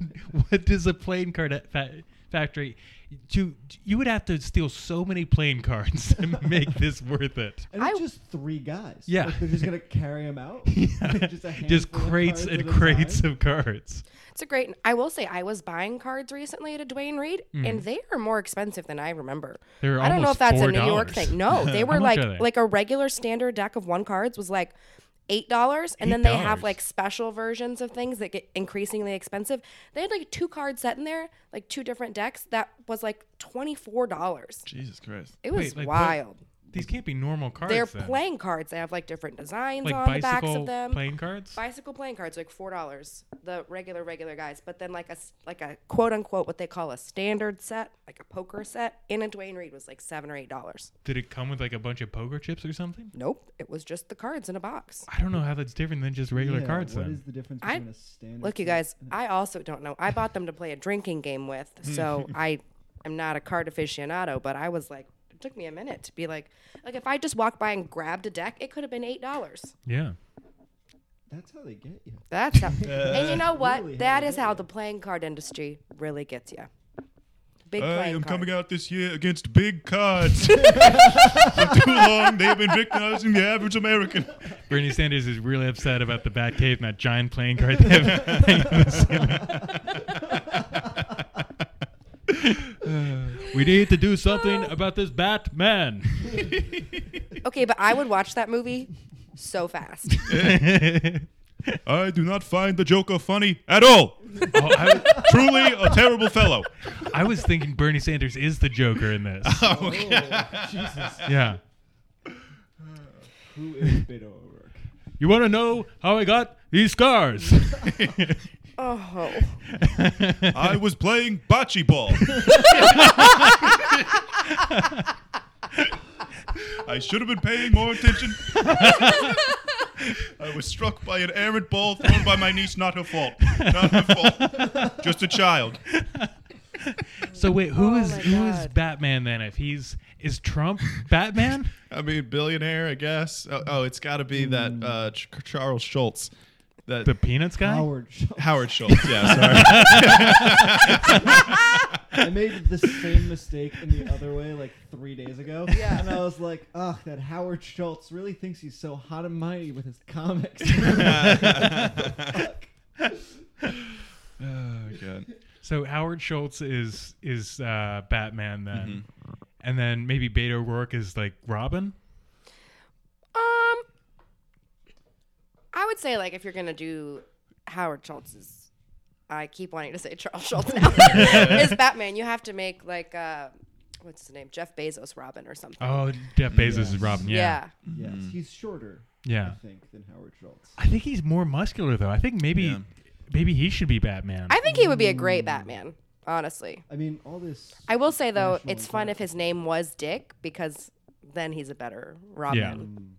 what does a playing card fa- factory? To you would have to steal so many playing cards to make this worth it. And I- it's just three guys. Yeah. Like, they're just gonna carry them out. just, a handful Just of crates cards and at a time. crates of cards. It's a great. I will say, I was buying cards recently at a Dwayne Reed, and Mm. they are more expensive than I remember. They were I don't know almost if that's a New $4. York thing. No, they were much like are they? like a regular standard deck of one cards was like eight dollars, and then they $8? have like special versions of things that get increasingly expensive. They had like two card set in there, like two different decks that was like twenty four dollars. Jesus Christ. It was Wait, like what wild. These can't be normal cards. They're then. playing cards. They have like different designs like on the backs bicycle of them playing cards. bicycle playing cards like four dollars the regular regular guys but then like a s- like a quote unquote what they call a standard set like a poker set in a dwayne reed was like seven or eight dollars Did it come with like a bunch of poker chips or something? nope it was just the cards in a box I don't know how that's different than just regular Yeah, cards. What then. is the difference I- between a standard? look you set guys i also don't know i bought them to play a drinking game with so i am not a card aficionado but i was like it took me a minute to be like like if i just walked by and grabbed a deck it could have been eight dollars yeah. That's how they get you. that's how and you know what Really, how that they is do how it. the playing card industry really gets you big I playing am card. coming out this year against big cards. For too long, they've been victimizing the average American. Bernie Sanders is really upset about the Batcave and that giant playing card they have hanging on the ceiling. we need to do something about this Batman. Okay, but I would watch that movie so fast. I do not find the Joker funny at all. Oh, I, Truly a terrible fellow. I was thinking Bernie Sanders is the Joker in this. Oh, Jesus. Yeah. Who is Beto O'Rourke? You want to know how I got these scars? Oh, I was playing bocce ball. I should have been paying more attention. I was struck by an errant ball thrown by my niece. Not her fault. Not her fault. Just a child. So wait, who Oh is my who is God. Batman then? If he's is Trump Batman? I mean, billionaire, I guess. Oh, oh it's got to be that uh, Ch- Charles Schultz, that the Peanuts guy? Howard Schultz. Howard Schultz. Yeah, sorry. I made the same mistake in the other way like three days ago. Yeah. And I was like, ugh, that Howard Schultz really thinks he's so hot and mighty with his comics. Mm. Fuck. oh god. So Howard Schultz is is uh, Batman then, and then maybe Beto O'Rourke is like Robin. Um, I would say like if you're gonna do Howard Schultz's, I keep wanting to say Charles Schultz now is Batman. You have to make like uh, what's the name? Jeff Bezos Robin or something. Oh, Jeff Bezos is Yes. Robin. Yeah, yeah. Yes, he's shorter, I yeah. think, than Howard Schultz. I think he's more muscular though. I think maybe Yeah. maybe he should be Batman. I think he would be a great Batman. Honestly, I mean, all this. I will say though, National it's fun if his name was Dick because then he's a better Robin.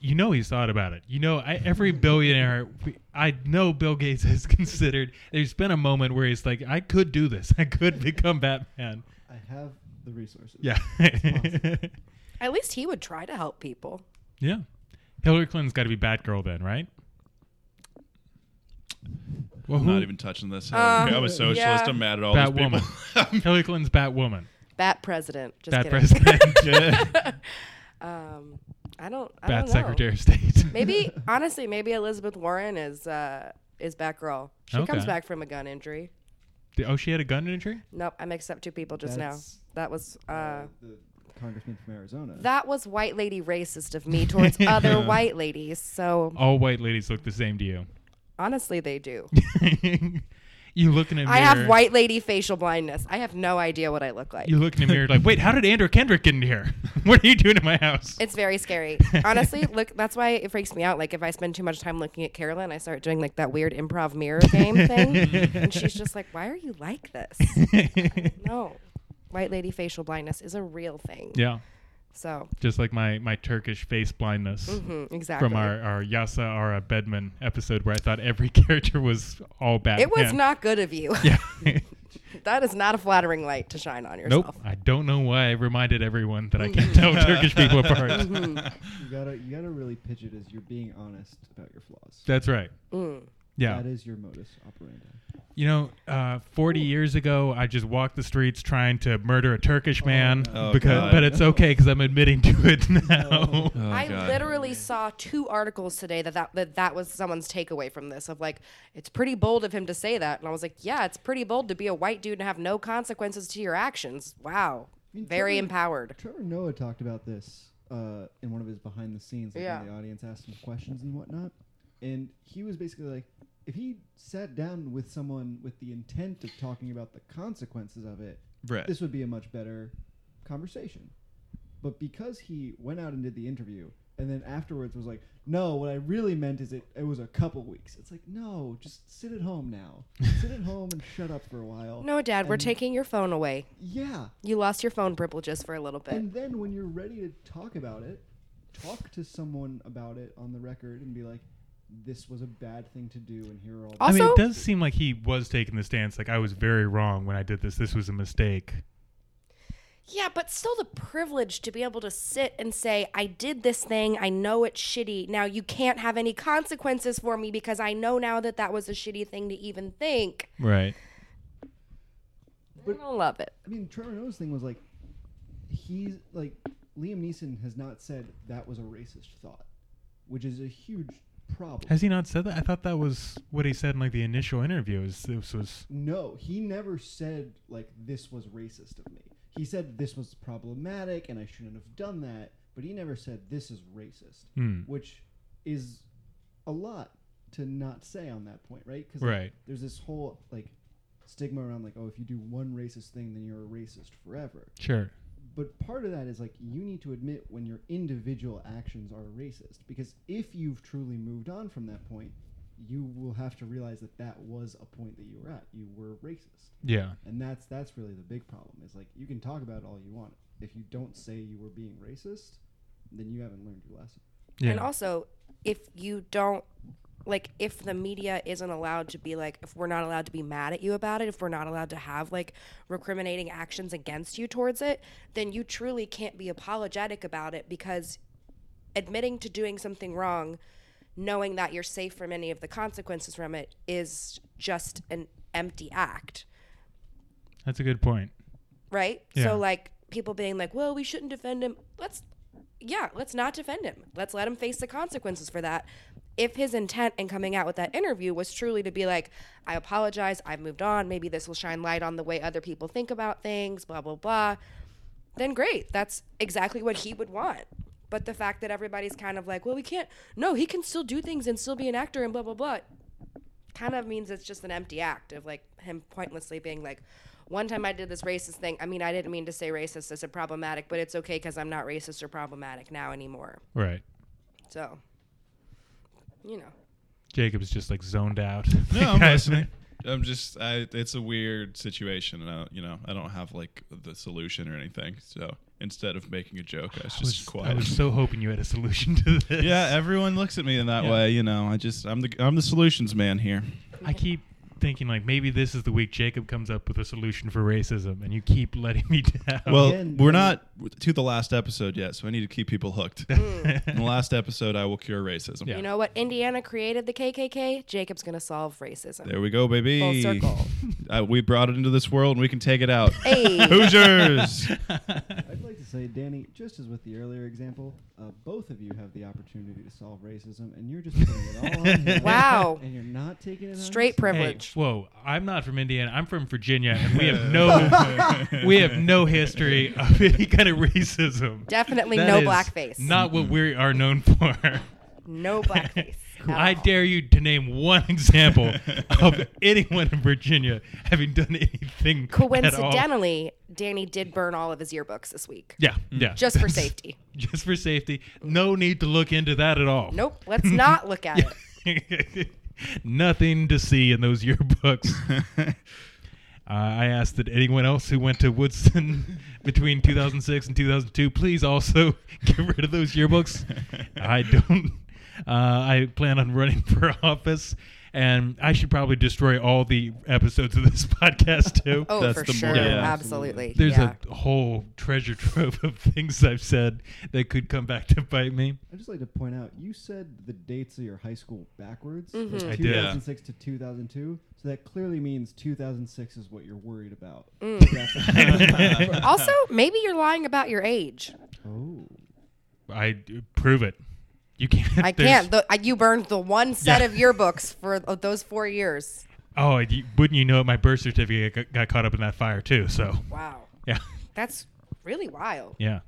you know he's thought about it. You know, I, every billionaire, we, I know Bill Gates has considered. There's been a moment where he's like, I could do this. I could become Batman. I have the resources. Yeah, At least he would try to help people. yeah. Hillary Clinton's got to be Batgirl then, right? Well, I'm who- not even touching this. Um, I'm a socialist. yeah. I'm mad at all Bat these people. Hillary Clinton's Batwoman. Bat president. Just Bat kidding. president. Um, I don't. I don't Bat know. secretary of state. Maybe honestly, maybe Elizabeth Warren is uh, is Batgirl. She comes Okay. back from a gun injury. oh, she had a gun injury. Nope, I mixed up two people just That's- now. That was uh, Uh, the congressman from Arizona. that was white lady racist of me towards other white ladies. So All white ladies look the same to you. honestly, they do. you look in a mirror. I have white lady facial blindness. I have no idea what I look like. You look in the mirror like, wait, how did Andrew Kendrick get in here? what are you doing in my house? It's very scary. Honestly, look, that's why it freaks me out. Like, if I spend too much time looking at Carolyn, I start doing like that weird improv mirror game thing. and she's just like, why are you like this? No. White lady facial blindness is a real thing. yeah, So, just like my my Turkish face blindness mhm, exactly. from our our Yasa Ara Bedman episode where I thought every character was all Batman. it was not good of you. uh, Yeah. that is not a flattering light to shine on yourself. Mm. nope. I don't know why I reminded everyone that I can tell Turkish people apart. you gotta, you gotta really pitch it as you're being honest about your flaws. That's right. Mm. Yeah. That is your modus operandi. You know, uh, 40 years ago, I just walked the streets trying to murder a Turkish man, no. Oh, because, God. but it's okay because I'm admitting to it now. Oh, I God. literally saw two articles today that that, that that was someone's takeaway from this of like, it's pretty bold of him to say that. And I was like, yeah, it's pretty bold to be a white dude and have no consequences to your actions. Wow. mean, Very Trevor- empowered. Trevor Noah talked about this uh, in one of his behind the scenes. Like Yeah. When the audience asked him questions and whatnot. And he was basically like, if he sat down with someone with the intent of talking about the consequences of it, Brett. this would be a much better conversation. But because he went out and did the interview and then afterwards was like, no, what I really meant is it, it was a couple weeks. It's like, no, just sit at home now. sit at home and shut up for a while. No, Dad, we're And- taking your phone away. Yeah. You lost your phone privileges for a little bit. And then when you're ready to talk about it, talk to someone about it on the record and be like, this was a bad thing to do, and here are all. I Also- mean, it does seem like he was taking the stance like I was very wrong when I did this. This was a mistake. Yeah, but still the privilege to be able to sit and say, I did this thing. I know it's shitty. Now you can't have any consequences for me because I know now that that was a shitty thing to even think. Right. I don't love it. I mean, Trevor Noah's thing was like, he's like, Liam Neeson has not said that was a racist thought, which is a huge problem. Has he not said that? I thought that was what he said in like the initial interview. Is this was no, he never said like this was racist of me. He said this was problematic and I shouldn't have done that, but he never said this is racist. hmm. which is a lot to not say on that point, right? Because right? there's this whole like stigma around like, oh, if you do one racist thing, then you're a racist forever. Sure. But part of that is like you need to admit when your individual actions are racist, because if you've truly moved on from that point, you will have to realize that that was a point that you were at. You were racist, Yeah. and that's that's really the big problem. Is like you can talk about it all you want. If you don't say you were being racist, then you haven't learned your lesson. Yeah. And also, if you don't like if the media isn't allowed to be like if we're not allowed to be mad at you about it if we're not allowed to have like recriminating actions against you towards it then you truly can't be apologetic about it because admitting to doing something wrong knowing that you're safe from any of the consequences from it is just an empty act That's a good point. right? Yeah. So like people being like, "Well, we shouldn't defend him." Let's yeah, let's not defend him. Let's let him face the consequences for that. If his intent in coming out with that interview was truly to be like, "I apologize, I've moved on. Maybe this will shine light on the way other people think about things, blah blah blah." Then great. That's exactly what he would want. But the fact that everybody's kind of like, "Well, we can't. No, he can still do things and still be an actor and blah blah blah." kind of means it's just an empty act of like him pointlessly being like, one time I did this racist thing. I mean, I didn't mean to say racist as a problematic, but it's okay because I'm not racist or problematic now anymore. Right. So, you know, Jacob's just like zoned out. No, I'm listening. I'm just, I, it's a weird situation, and I, you know, I don't have like the solution or anything. So instead of making a joke, I was I just was, quiet. I was so hoping you had a solution to this. yeah, everyone looks at me in that Yeah. way. You know, I just, I'm the, I'm the solutions man here. I keep thinking like maybe this is the week Jacob comes up with a solution for racism, and you keep letting me down. Well, Again, we're you- not to the last episode yet, so I need to keep people hooked. In the last episode, I will cure racism. Yeah. you know what? Indiana created the KKK. Jacob's gonna solve racism. There we go, baby. Full circle. Uh, we brought it into this world, and we can take it out. hey, Hoosiers. I'd like to say, Danny, just as with the earlier example, uh, both of you have the opportunity to solve racism, and you're just putting it all on him, Wow. and you're not taking it on straight yourself. Hey, privilege. whoa! I'm not from Indiana. I'm from Virginia, and we have no we have no history of any kind of racism. Definitely That no is blackface. Not what we are known for. no blackface. at I all. dare you to name one example of anyone in Virginia having done anything. at all. Coincidentally, Danny did burn all of his yearbooks this week, Yeah, yeah. just for That's- safety. Just for safety. No need to look into that at all. Nope. Let's not look at it. Nothing to see in those yearbooks. uh, I asked that anyone else who went to Woodston between 2006 and 2002 please also get rid of those yearbooks. I don't. Uh, I plan on running for office, and I should probably destroy all the episodes of this podcast too. Oh, That's for the sure. moral. Yeah. Absolutely. There's yeah. a whole treasure trove of things I've said that could come back to bite me. I'd just like to point out, you said the dates of your high school backwards, like I did. 2006 to 2002. So that clearly means 2006 is what you're worried about. also, maybe you're lying about your age. oh, I prove it. You can't. I there's- can't. The, I- you burned the one set Yeah. of yearbooks for th- those four years. Oh, and you- wouldn't you know it? My birth certificate got, got caught up in that fire too. So Wow, yeah, that's really wild. yeah.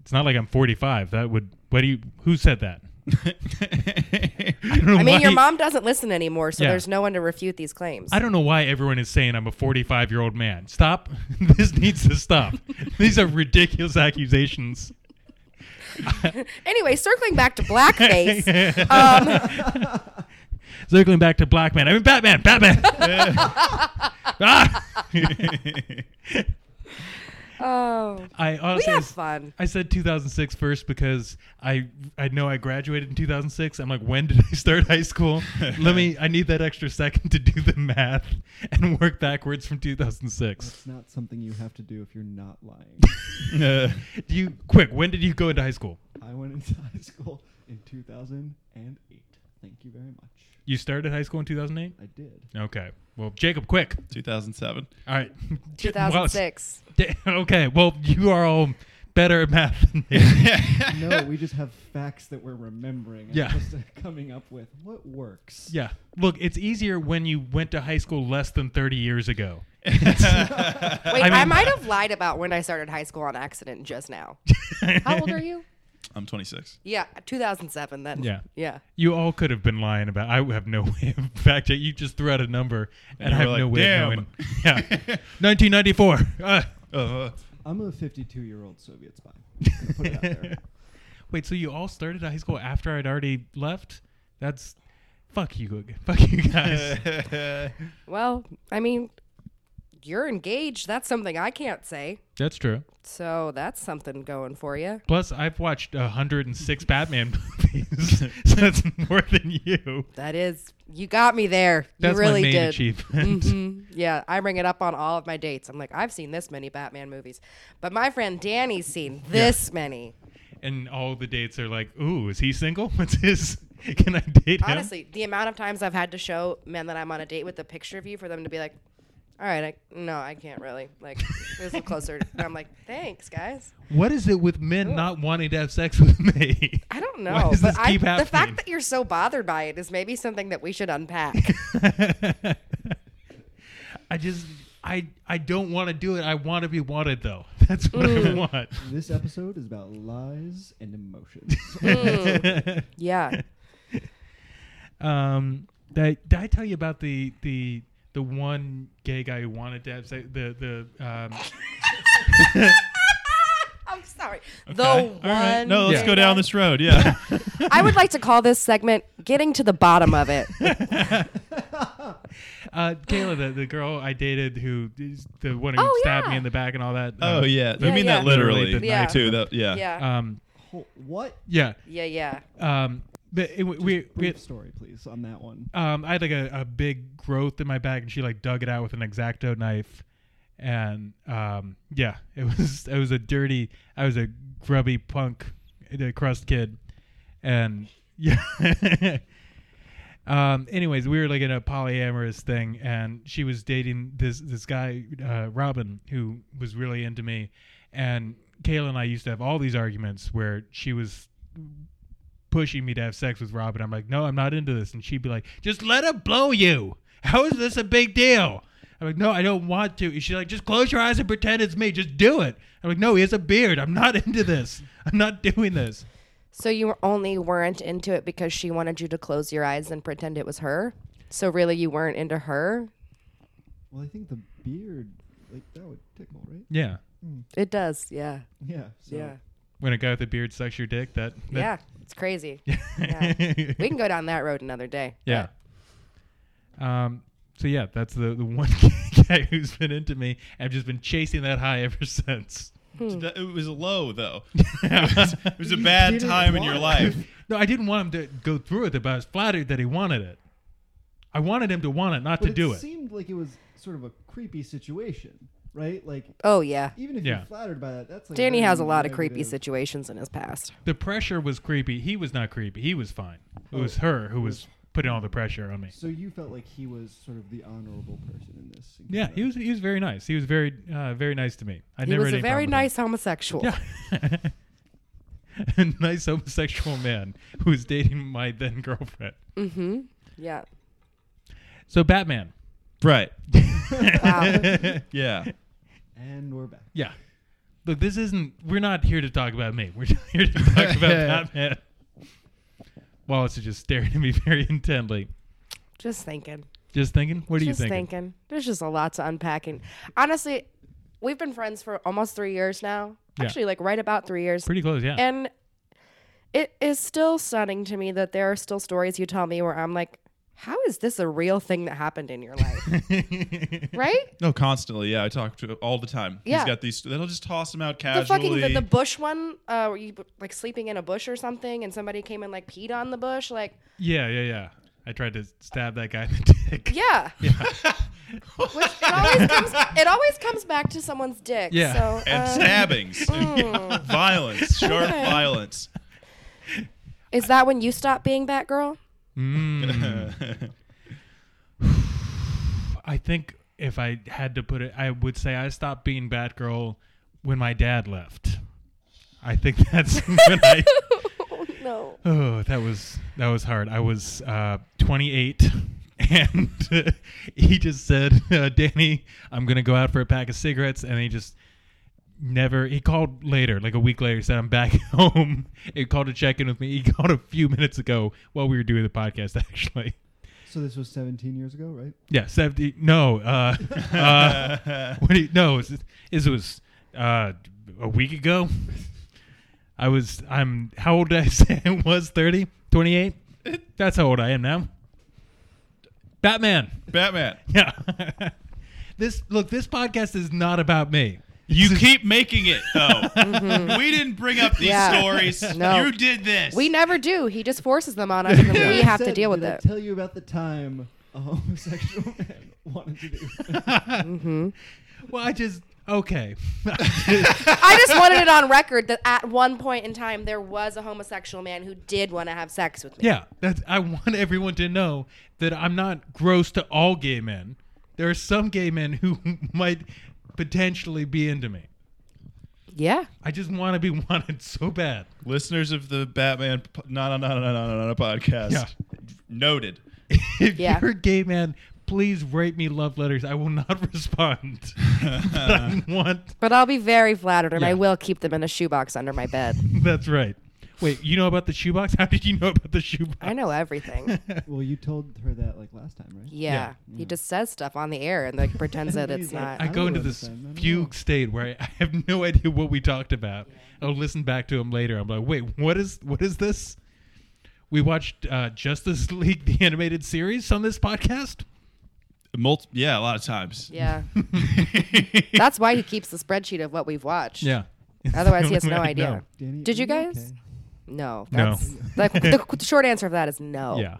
It's not like I'm 45. That would. What do you? Who said that? I don't know I mean, why- your mom doesn't listen anymore, so Yeah. there's no one to refute these claims. I don't know why everyone is saying I'm a 45 year old man. Stop. this needs to stop. These are ridiculous accusations. anyway, circling back to blackface, um, Circling back to Black Man. I mean, Batman. Batman. ah! oh, I we honestly. have fun. I said 2006 first because I I know I graduated in 2006. I'm like, when did I start high school? Let me. I need that extra second to do the math and work backwards from 2006. that's not something you have to do if you're not lying. Do you quick? When did you go into high school? I went into high school in 2008. Thank you very much. You started high school in 2008. I did. Okay. Well, Jacob, quick. 2007. All right. Wow, it's- 2006. da- okay. Well, you are all better at math than me. No, we just have facts that we're remembering as Yeah. opposed to coming up with what works. yeah. Look, it's easier when you went to high school less than 30 years ago. Wait, I, mean- uh, might have lied about when I started high school on accident just now. How old are you? I'm 26. Yeah, 2007. Then. Yeah. Yeah. You all could have been lying about. I have no way of fact check. You just threw out a number, and, And I you have were no like, way "Damn." of knowing. Yeah, 1994. Uh, Uh, I'm a 52 year old Soviet spy. I'm gonna put it out there. wait, so you all started high school after I'd already left? That's fuck you, ag- fuck you guys. Well, I mean, you're engaged. That's something I can't say. That's true. So that's something going for you. Plus, I've watched 106 Batman movies. so that's more than you. That is, you got me there. That's you really my main did. achievement. Mhm. Yeah, I bring it up on all of my dates. I'm like, I've seen this many Batman movies, but my friend Danny's seen this many. And all the dates are like, ooh, is he single? What's his? Can I date him? Honestly, the amount of times I've had to show men that I'm on a date with a picture of you for them to be like, all right, I, no, I can't really. Like, this is closer. And I'm like, thanks, guys. What is it with men not wanting to have sex with me? I don't know. Why does but this I, keep the happening? fact that you're so bothered by it is maybe something that we should unpack. I just, I, I don't want to do it. I want to be wanted, though. That's what Mm. I want. This episode is about lies and emotions. Mm. yeah. Um, did, did I tell you about the the the one gay guy who wanted to have sex? The the um, I'm sorry. Okay. The All one. right. No, let's Yeah. go down this road. Yeah. I would like to call this segment "Getting to the Bottom of It." uh, Kayla, the, the girl I dated who is the one who Oh, stabbed me yeah. in the back and all that. oh um, yeah. Yeah, I mean yeah. that literally. Literally Yeah. Too. That, yeah. Yeah, Um, Ho- what yeah. yeah, yeah. Um, but it, we, we, we brief story, please, on that one? um, I had like a, a big growth in my back, and she like dug it out with an exacto knife, and um, yeah, it was I was a dirty, I was a grubby punk, the crust kid, and yeah. um, anyways, we were like in a polyamorous thing, and she was dating this this guy uh, Robin, who was really into me, and Kayla and I used to have all these arguments where she was pushing me to have sex with Robin. I'm like, no, I'm not into this. And she'd be like, just let her blow you. How is this a big deal? I'm like, no, I don't want to. And she's like, just close your eyes and pretend it's me. Just do it. I'm like, no, he has a beard. I'm not into this. I'm not doing this. So you were- only weren't into it because she wanted you to close your eyes and pretend it was her. So really, you weren't into her. Well, I think the beard, like that would tickle, right? Yeah. It does, yeah, Yeah. So yeah, When a guy with a beard sucks your dick, that. yeah. that It's crazy. yeah. We can go down that road another day. Yeah. Um. So yeah, that's the the one guy who's been into me. I've just been chasing that high ever since. Hmm. That- It was low though. it, was, it was a bad didn't time in your want life. No, I didn't want him to go through with it, but I was flattered that he wanted it. I wanted him to want it, not But to do it. seemed like it was sort of a creepy situation, right? Like Oh yeah. even if Yeah. you're flattered by that, that's like Danny very has a lot of creepy negative- situations in his past. The pressure was creepy. He was not creepy. He was fine. It Oh. was her who was putting all the pressure on me. So you felt like he was sort of the honorable person in this. and Yeah, kinda- he was. He was very nice. He was very, uh, very nice to me. I He never was had a any problem with very him. nice homosexual. Yeah. a nice homosexual man who was dating my then girlfriend. Mm-hmm. yeah. So Batman. Right. Wow. Yeah. And we're back. Yeah. Look, this isn't. We're not here to talk about me. We're here to talk about Batman. Wallace is just staring at me very intently. Just thinking. Just thinking. What are you just thinking? There's just a lot to unpacking. Honestly, we've been friends for almost three years now. Yeah. Actually, like right about three years. Pretty close, yeah. and it is still stunning to me that there are still stories you tell me where I'm like, how is this a real thing that happened in your life? right? No, constantly. Yeah, I talk to him all the time. Yeah. He's got these. They'll just toss him out The casually. fucking the, the bush one, uh, where you like sleeping in a bush or something, and somebody came and like peed on the bush. Like, yeah, yeah, yeah. I tried to stab that guy in the dick. yeah, Which it always comes it always comes back to someone's dick. Yeah. So, and uh, Hmm. stabbings, and violence, sharp Okay. violence. is that when you stop being Batgirl? Mm. I think if I had to put it, I would say I stopped being Batgirl when my dad left. I think that's when I. Oh, no. Oh, that was that was hard. I was uh, 28, and uh, he just said, uh, "Danny, I'm gonna go out for a pack of cigarettes," and he just never. He called later, like a week later, said, "I'm back home." He called to check in with me. He called a few minutes ago while we were doing the podcast, actually. So this was 17 years ago, right? Yeah, 70. No, uh, uh, what do you, no, is it, is it was uh, a week ago. I was, I'm, how old did I say I was? 30? 28? That's how old I am now. Batman. Batman. Yeah. This look, this podcast is not about me. You keep making it though. Oh. We didn't bring up these Mm-hmm. Yeah. stories. No. You did this. We never do. He just forces them on us, and then we Said, have to deal with did I it. Tell you about the time a homosexual man wanted to do. Mm-hmm. Well, I just okay. I just wanted it on record that at one point in time there was a homosexual man who did want to have sex with me. yeah, that's I want everyone to know that I'm not gross to all gay men. There are some gay men who might potentially be into me. Yeah. I just want to be wanted so bad. Listeners of the Batman po- no no no no no no no podcast, Yeah. noted. if Yeah. you're a gay man, please write me love letters. I will not respond. but I want. But I'll be very flattered, and Yeah. I will keep them in a shoebox under my bed. That's right. Wait, you know about the shoebox? How did you know about the shoebox? I know everything. Yeah. Well, you told her that like last time, right? He just says stuff on the air and like pretends that it's He's like, not. I I go know into what this it's saying. I know. fugue state where I, I have no idea what we talked about. I'll listen back to them later. I'm like, wait, what is what is this? We watched uh, Justice League the animated series on this podcast. Multi- yeah, a lot of times. Yeah. That's why he keeps the spreadsheet of what we've watched. Yeah. Otherwise, he has no I idea. Danny, Did are you guys? okay? No. No. That's, like, the, the short answer of that is know. no. Yeah.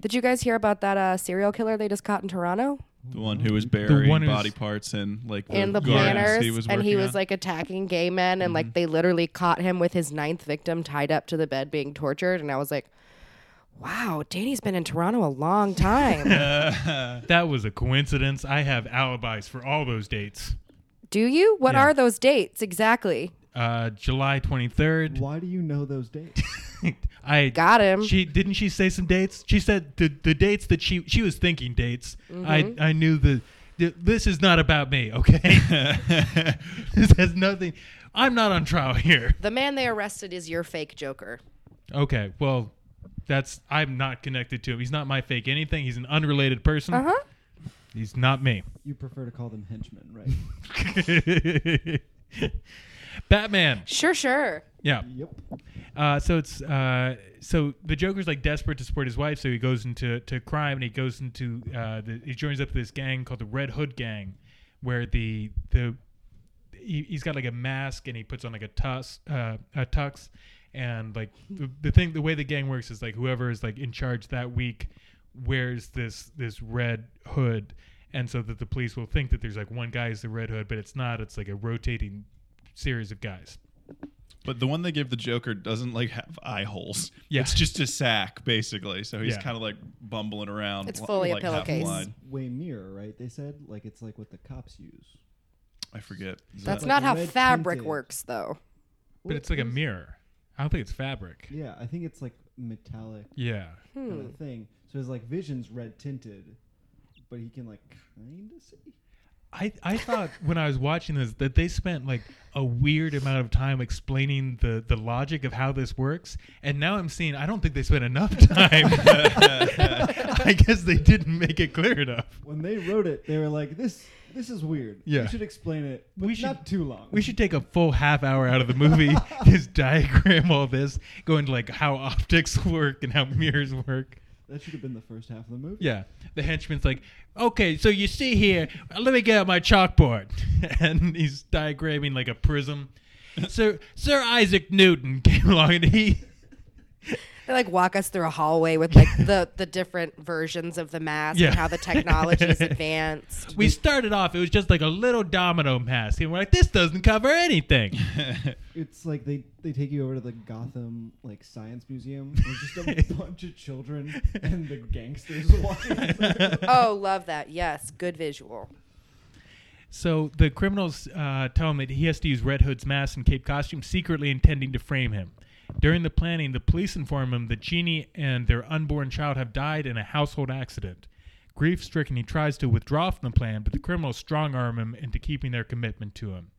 Did you guys hear about that uh, serial killer they just caught in Toronto? The one who was burying one who's- body parts in like the and the gardens planners he was and he working was on. like attacking gay men and like they literally caught him with his ninth victim tied up to the bed being tortured and i was like wow danny's been in toronto a long time That was a coincidence. I have alibis for all those dates. do you what Yeah. are those dates exactly Uh, July 23rd. Why do you know those dates? I Got him. She didn't she say some dates? She said the the dates that she she was thinking dates. I I knew the, the this is not about me. Okay, this has nothing. I'm not on trial here. the man they arrested is your fake joker Okay, well, that's I'm not connected to him. He's not my fake anything. He's an unrelated person. uh-huh He's not me. you prefer to call them henchmen, right? Batman. sure sure Yeah. yep. Uh, so it's uh, so the Joker's like desperate to support his wife, so he goes into to crime and he goes into uh, the, he joins up this gang called the Red Hood Gang, where the the he, he's got like a mask and he puts on like a tux, uh, a tux, and like the, the thing the way the gang works is like whoever is like in charge that week wears this this red hood, and so that the police will think that there's like one guy is the Red Hood, but it's not. It's like a rotating series of guys. But the one they give the Joker doesn't like have eye holes. Yeah. It's just a sack basically. So he's Yeah. kind of like bumbling around. It's li- fully a like half pillowcase. blind. Way mirror, right? They said like it's like what the cops use. I forget. that's Is that- like not how red fabric tinted. works though But it's like a mirror. mirror. I don't think it's fabric. Yeah, I think it's like metallic Yeah. kind Hmm. of thing. So his like vision's red tinted, but he can like kind of see. I, I thought when I was watching this that they spent like a weird amount of time explaining the, the logic of how this works. And now I'm seeing I don't think they spent enough time. I guess they didn't make it clear enough. When they wrote it, they were like, "This this is weird. Yeah. we should explain it, but We we should- not too long. We should take a full half hour out of the movie, just diagram all this, go into like how optics work and how mirrors work. That should have been the first half of the movie. Yeah. The henchman's like, okay, so you see here, uh, let me get out my chalkboard. and he's diagramming like a prism. Sir, Sir Isaac Newton came along and he. they like walk us through a hallway with like the the different versions of the mask Yeah. and how the technology is advanced We started off, it was just like a little domino mask. And we're like, this doesn't cover anything. It's like they they take you over to the Gotham like science museum. There's just a bunch of children and the gangsters walking. oh love that yes good visual So the criminals uh, tell him that he has to use Red Hood's mask and cape costume, secretly intending to frame him. During the planning, the police inform him that Jeannie and their unborn child have died in a household accident. Grief stricken, he tries to withdraw from the plan, but the criminals strong arm him into keeping their commitment to him.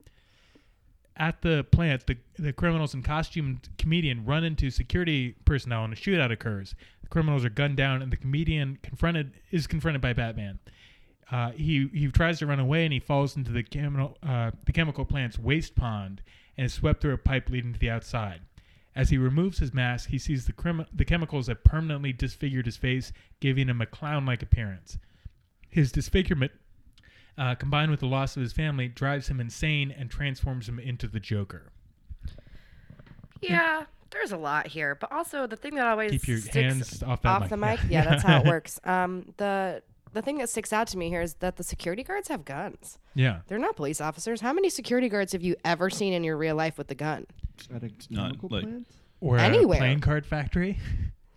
At the plant, the, the criminals and costumed comedian run into security personnel and a shootout occurs. The criminals are gunned down and the comedian confronted is confronted by Batman. Uh, he he tries to run away and he falls into the chemical uh, the chemical plant's waste pond and is swept through a pipe leading to the outside. As he removes his mask, he sees the crim- the chemicals have permanently disfigured his face, giving him a clown-like appearance. His disfigurement uh, combined with the loss of his family, drives him insane and transforms him into the Joker. Yeah, there's a lot here, but also the thing that always Keep your sticks hands off that off the mic. Yeah, that's how it works. Um, the the thing that sticks out to me here is that the security guards have guns. yeah. They're not police officers. How many security guards have you ever seen in your real life with a gun? At a not, chemical like- plant? Or Anywhere. a playing card factory.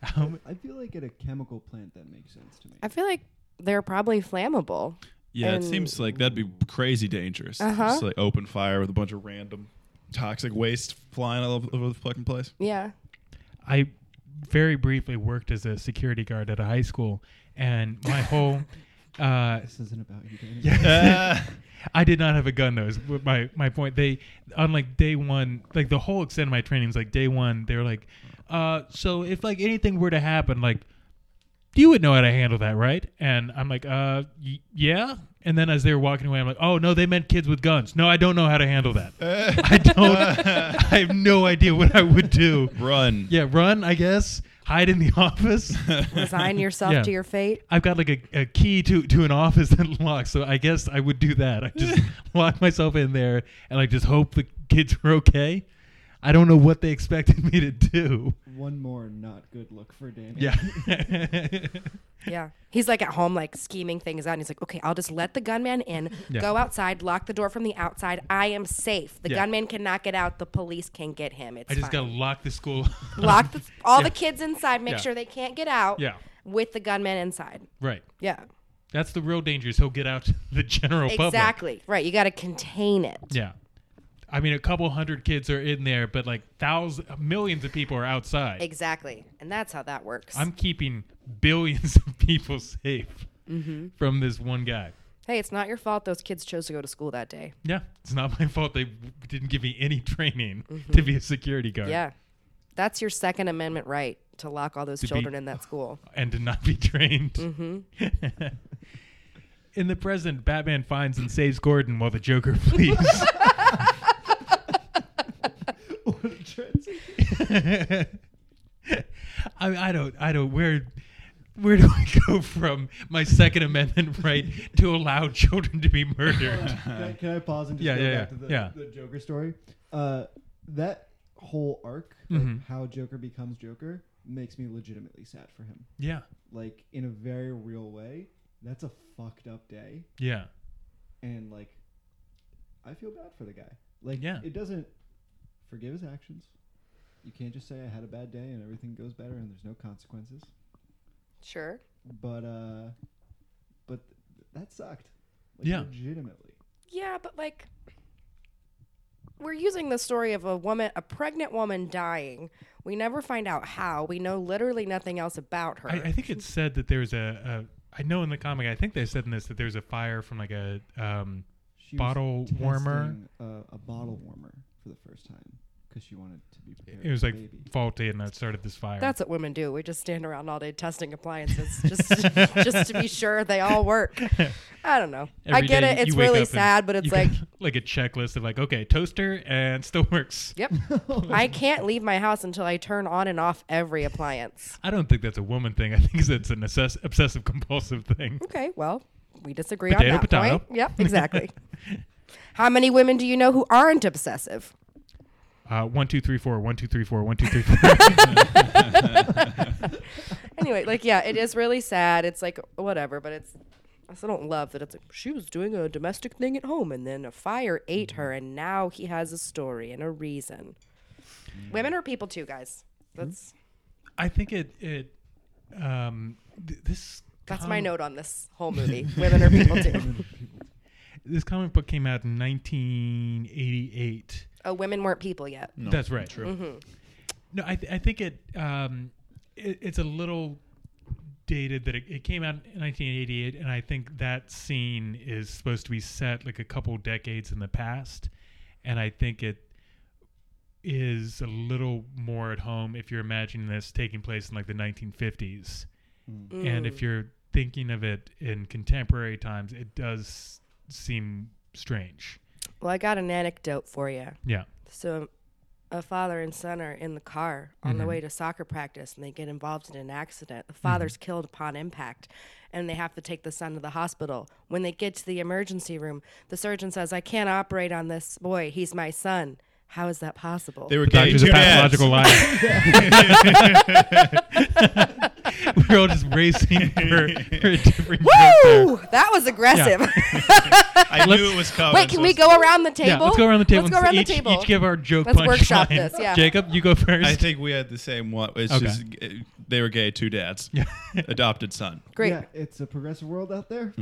um, I feel like at a chemical plant that makes sense to me. I feel like they're probably flammable. Yeah, And- it seems like that'd be crazy dangerous. Uh-huh. Just like open fire with a bunch of random toxic waste flying all over over the fucking place. Yeah. I very briefly worked as a security guard at a high school, and my whole uh, this isn't about you, Danny. Ah. I did not have a gun though. Is what my my point. They on like day one, like the whole extent of my training was like day one. They were like, uh, so if like anything were to happen, like you would know how to handle that, right? And I'm like, uh, y- yeah. And then as they were walking away, I'm like, oh no, they meant kids with guns. No, I don't know how to handle that. I don't. I have no idea what I would do. Run. Yeah, run, I guess. Hide in the office. Resign yourself Yeah. to your fate. I've got like a, a key to, to an office that locks, so I guess I would do that. I just lock myself in there and like just hope the kids were okay. I don't know what they expected me to do. One more not good look for Danny. Yeah. Yeah. He's like at home, like scheming things out. And he's like, okay, I'll just let the gunman in, Yeah. go outside, lock the door from the outside. I am safe. The Yeah. gunman cannot get out. The police can get him. It's I just fine. gotta lock the school. lock the, all Yeah. the kids inside, make Yeah. sure they can't get out Yeah. with the gunman inside. right. Yeah. That's the real danger. is He'll get out to the general public. Exactly. Right. You got to contain it. Yeah. I mean, a couple hundred kids are in there, but like thousands, millions of people are outside. Exactly. And that's how that works. I'm keeping billions of people safe Mm-hmm. from this one guy. hey, it's not your fault those kids chose to go to school that day. Yeah, it's not my fault they didn't give me any training to be a security guard Yeah. That's your Second Amendment right to lock all those To be- children in that school. and to not be trained. In the present, Batman finds and saves Gordon while the Joker flees. What a transition. I, I don't, I don't. Where, where do I go from my Second Amendment right to allow children to be murdered? can, I, can I pause and just Yeah, go yeah, back yeah, to the, yeah. the Joker story? Uh, that whole arc, like Mm-hmm. how Joker becomes Joker, makes me legitimately sad for him. Yeah, Like in a very real way, that's a fucked up day, yeah, and like, I feel bad for the guy. Like, Yeah. it doesn't forgive his actions. You can't just say I had a bad day and everything goes better and there's no consequences. Sure. But uh, but th- that sucked. Like, Yeah. legitimately. Yeah, but like we're using the story of a woman, a pregnant woman dying. We never find out how. We know literally nothing else about her. I, I think it said that there was a, a. I know in the comic, I think they said in this that there's a fire from like a. Um, she was Bottle warmer? testing, uh, a bottle warmer for the first time because she wanted to be prepared. it was for like baby. faulty, and that started this fire. That's what women do. We just stand around all day testing appliances just just to be sure they all work. I don't know. I Every get day it. you It's wake up really and sad, but it's you like got, like a checklist of like, okay, toaster and still works. Yep. I can't leave my house until I turn on and off every appliance. I don't think that's a woman thing. I think that's an obsess- obsessive compulsive thing. Okay, well, we disagree Potato, on that potato. point. Yep, exactly. How many women do you know who aren't obsessive? Uh, one two three four, one two three four, one two three four. Anyway, like yeah, it is really sad. It's like whatever, but it's I still don't love that it's like she was doing a domestic thing at home and then a fire ate her and now he has a story and a reason. Women are people too, guys. That's I think it it um th- this that's com- my note on this whole movie. Women are people too. This comic book came out in 1988. Oh, women weren't people yet. That's right. True. Mm-hmm. No, I, th- I think it, um, it it's a little dated that it, it came out in 1988, and I think that scene is supposed to be set like a couple decades in the past, and I think it is a little more at home if you're imagining this taking place in like the 1950s, and if you're thinking of it in contemporary times, it does seem strange. Well, I got an anecdote for you. Yeah. So um, a father and son are in the car on Mm-hmm. the way to soccer practice and they get involved in an accident. The father's killed upon impact and they have to take the son to the hospital. When they get to the emergency room, the surgeon says, I can't operate on this boy. He's my son. How is that possible? They were The getting doctor's a two dads. pathological liar. We're all just racing for, for a different joke there. Woo! That was aggressive. I Let's- knew it was coming. Wait, so can we it's- go around the table? Yeah, let's go around the table. Let's and go around each, the table. Each give our joke Let's punchline. workshop this, yeah. Jacob, you go first. I think we had the same one. It's Okay. just uh, they were gay, two dads, Yeah. adopted son. Great. Yeah, it's a progressive world out there.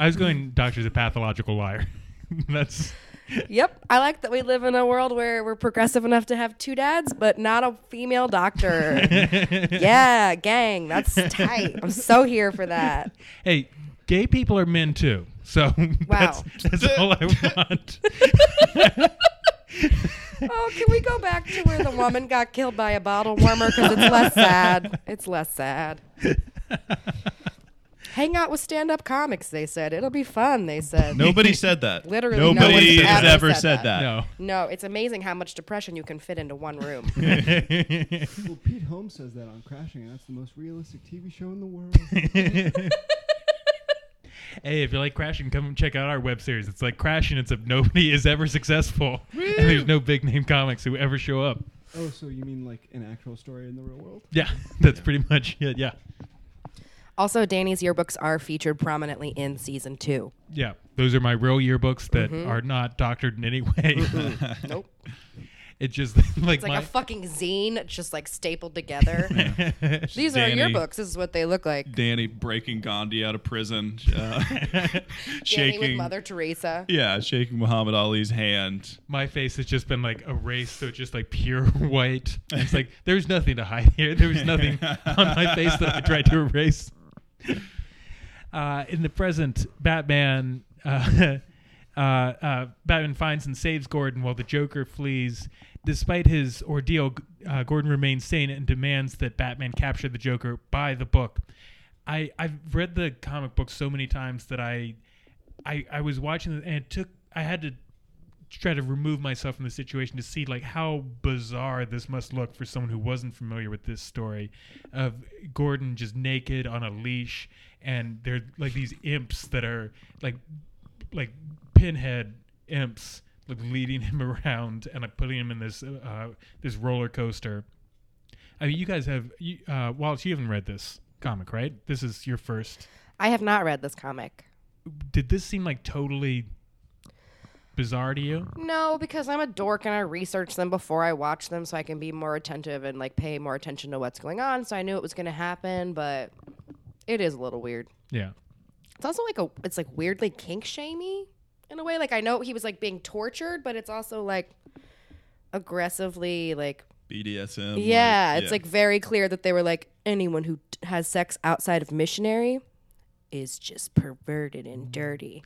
I was going. Doctor's a pathological liar. That's Yep. I like that we live in a world where we're progressive enough to have two dads, but not a female doctor. yeah, gang. That's tight. I'm so here for that. hey, gay people are men too. So that's, that's all I want. Oh, can we go back to where the woman got killed by a bottle warmer? Because it's less sad. It's less sad. Hang out with stand up comics, they said. It'll be fun, they said. Nobody said that. Literally no nobody one's has ever ever said said that. no. No, it's amazing how much depression you can fit into one room. Well, Pete Holmes says that on Crashing, and that's the most realistic TV show in the world. Hey, if you like crashing, come check out our web series. It's like crashing. It's if nobody is ever successful, and there's no big name comics who ever show up. oh, so you mean like an actual story in the real world? Yeah, that's pretty much it. Yeah, Also, Danny's yearbooks are featured prominently in season two. yeah. Those are my real yearbooks that are not doctored in any way. Mm-hmm. Nope. it's just like, It's like my, a fucking zine, just like stapled together. These Danny- are yearbooks. This is what they look like. Danny breaking Gandhi out of prison, uh, Danny with shaking. Mother Teresa. Yeah, shaking Muhammad Ali's hand. my face has just been like erased, so it's just like pure white. And it's like there's nothing to hide here. There was nothing on my face that I tried to erase. Uh, in the present, Batman, uh, uh, uh, Batman finds and saves Gordon while the Joker flees. Despite his ordeal, G- uh, Gordon remains sane and demands that Batman capture the Joker by the book. I, I've read the comic book so many times that I, I, I was watching it and it took I had to try to remove myself from the situation to see like how bizarre this must look for someone who wasn't familiar with this story of Gordon just naked on a leash and they're like these imps that are like like pinhead imps like leading him around and like putting him in this uh, this roller coaster. I mean, you guys have you, uh, Wallace. You haven't read this comic, right? This is your first. I have not read this comic. Did this seem like totally bizarre to you? No, because I'm a dork and I research them before I watch them so I can be more attentive and like pay more attention to what's going on. So I knew it was going to happen, but it is a little weird. Yeah. It's also like a it's like weirdly kink shamey in a way. Like I know he was like being tortured, but it's also like aggressively like BDSM. yeah, it's like very clear that they were like anyone who t- has sex outside of missionary is just perverted and dirty.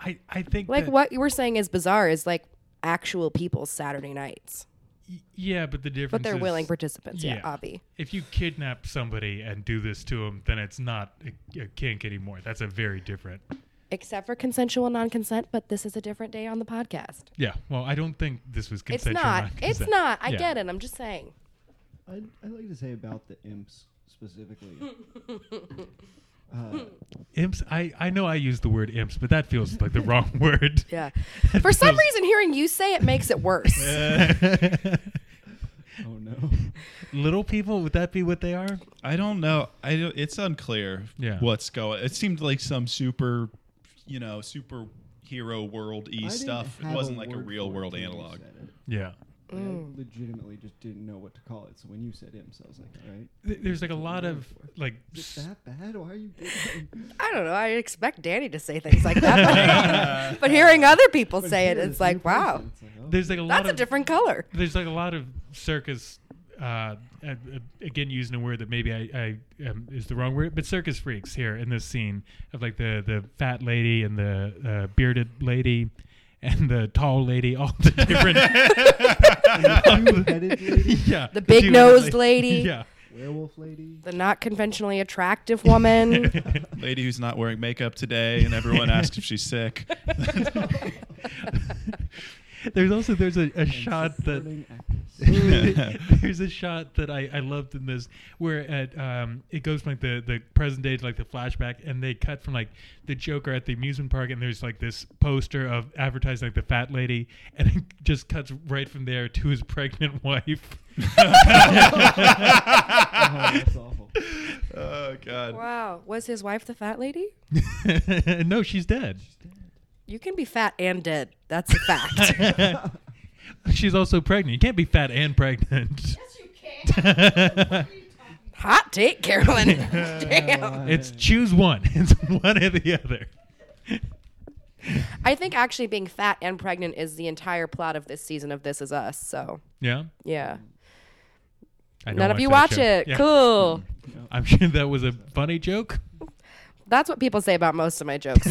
I, I think Like that- what you were saying is bizarre is like actual people's Saturday nights, y- yeah, but the difference. but they're is willing participants. Yeah, yeah. obvi. If you kidnap somebody and do this to them, then it's not a, a kink anymore. That's a very different. Except for consensual non-consent, but this is a different day on the podcast. Yeah. Well, I don't think this was It's consensual. not. It's non-consent. not. I Yeah. get it. I'm just saying. I'd, I'd like to say about the imps specifically. uh, Imps. I, I know I use the word imps, but that feels like the wrong word. Yeah. For some reason, hearing you say it makes it worse. oh no. Little people. Would that be what they are? I don't know. I don't, it's unclear Yeah. what's going. It seemed like some super, you know, superhero world I e didn't stuff. It have wasn't like a word real for it world when you analog. said it. Yeah. Mm. Like, I legitimately just didn't know what to call it. So when you said imps, I was like, all right. Th- There's like a lot of like. Is s- it that bad? Why are you doing that? I don't know. I expect Danny to say things like that, but, but hearing other people But say it, here, this it's new like, wow, person, it's like, oh, There's like a lot that's a of different color. there's like a lot of circus uh, uh, uh, again using a word that maybe I, I um, is the wrong word but circus freaks here in this scene of like the the fat lady and the uh, bearded lady and the tall lady all the different two-headed lady, yeah The big nosed lady, yeah werewolf lady. the not conventionally attractive woman. Lady who's not wearing makeup today, and everyone asks if she's sick. there's also there's a, a shot that supporting actress. Mm. There's a shot that I, I loved in this where at um it goes from like the, the present day to like the flashback and they cut from like the Joker at the amusement park and there's like this poster of advertising like the fat lady and it just cuts right from there to his pregnant wife. Oh, that's awful. oh God. Wow. Was his wife the fat lady? no, she's dead. You can be fat and dead. That's a fact. She's also pregnant. You can't be fat and pregnant. Hot take, Carolyn. Damn. It's choose one. It's one or the other. I think actually being fat and pregnant is the entire plot of this season of This Is Us. So, Yeah. yeah. I don't None of you that watch show. it. Yeah. Mm. Cool. I'm sure that was a funny joke. That's what people say about most of my jokes.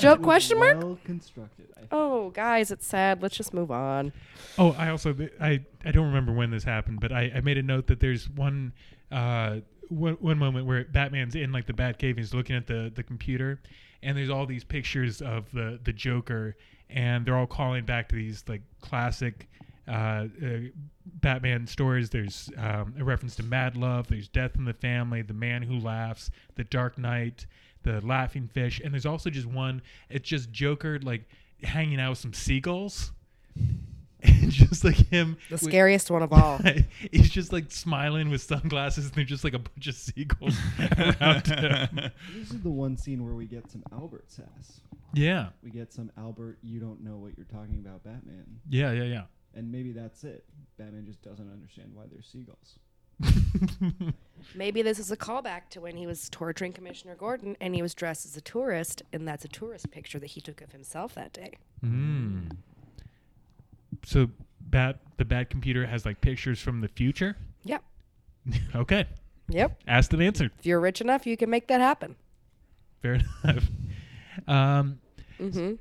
Joke question mark? Well constructed. I think. Oh, guys, it's sad. Let's just move on. Oh, I also I I don't remember when this happened, but I, I made a note that there's one uh one, one moment where Batman's in like the Batcave and he's looking at the the computer, and there's all these pictures of the the Joker, and they're all calling back to these like classic. Uh, uh, Batman stories. There's um, a reference to Mad Love. There's Death in the Family, The Man Who Laughs, The Dark Knight, The Laughing Fish, and there's also just one. It's just Joker like hanging out with some seagulls and just like him The with- scariest one of all. he's just like smiling with sunglasses and they're just like a bunch of seagulls around him This is the one scene where we get some Albert sass. yeah We get some Albert, you don't know what you're talking about, Batman. yeah yeah yeah And maybe that's it. Batman just doesn't understand why there's seagulls. Maybe this is a callback to when he was torturing Commissioner Gordon and he was dressed as a tourist, and that's a tourist picture that he took of himself that day. mm. so bat the bat computer has like pictures from the future Yep. okay Yep. asked and answered If you're rich enough, you can make that happen. fair enough um Mm-hmm.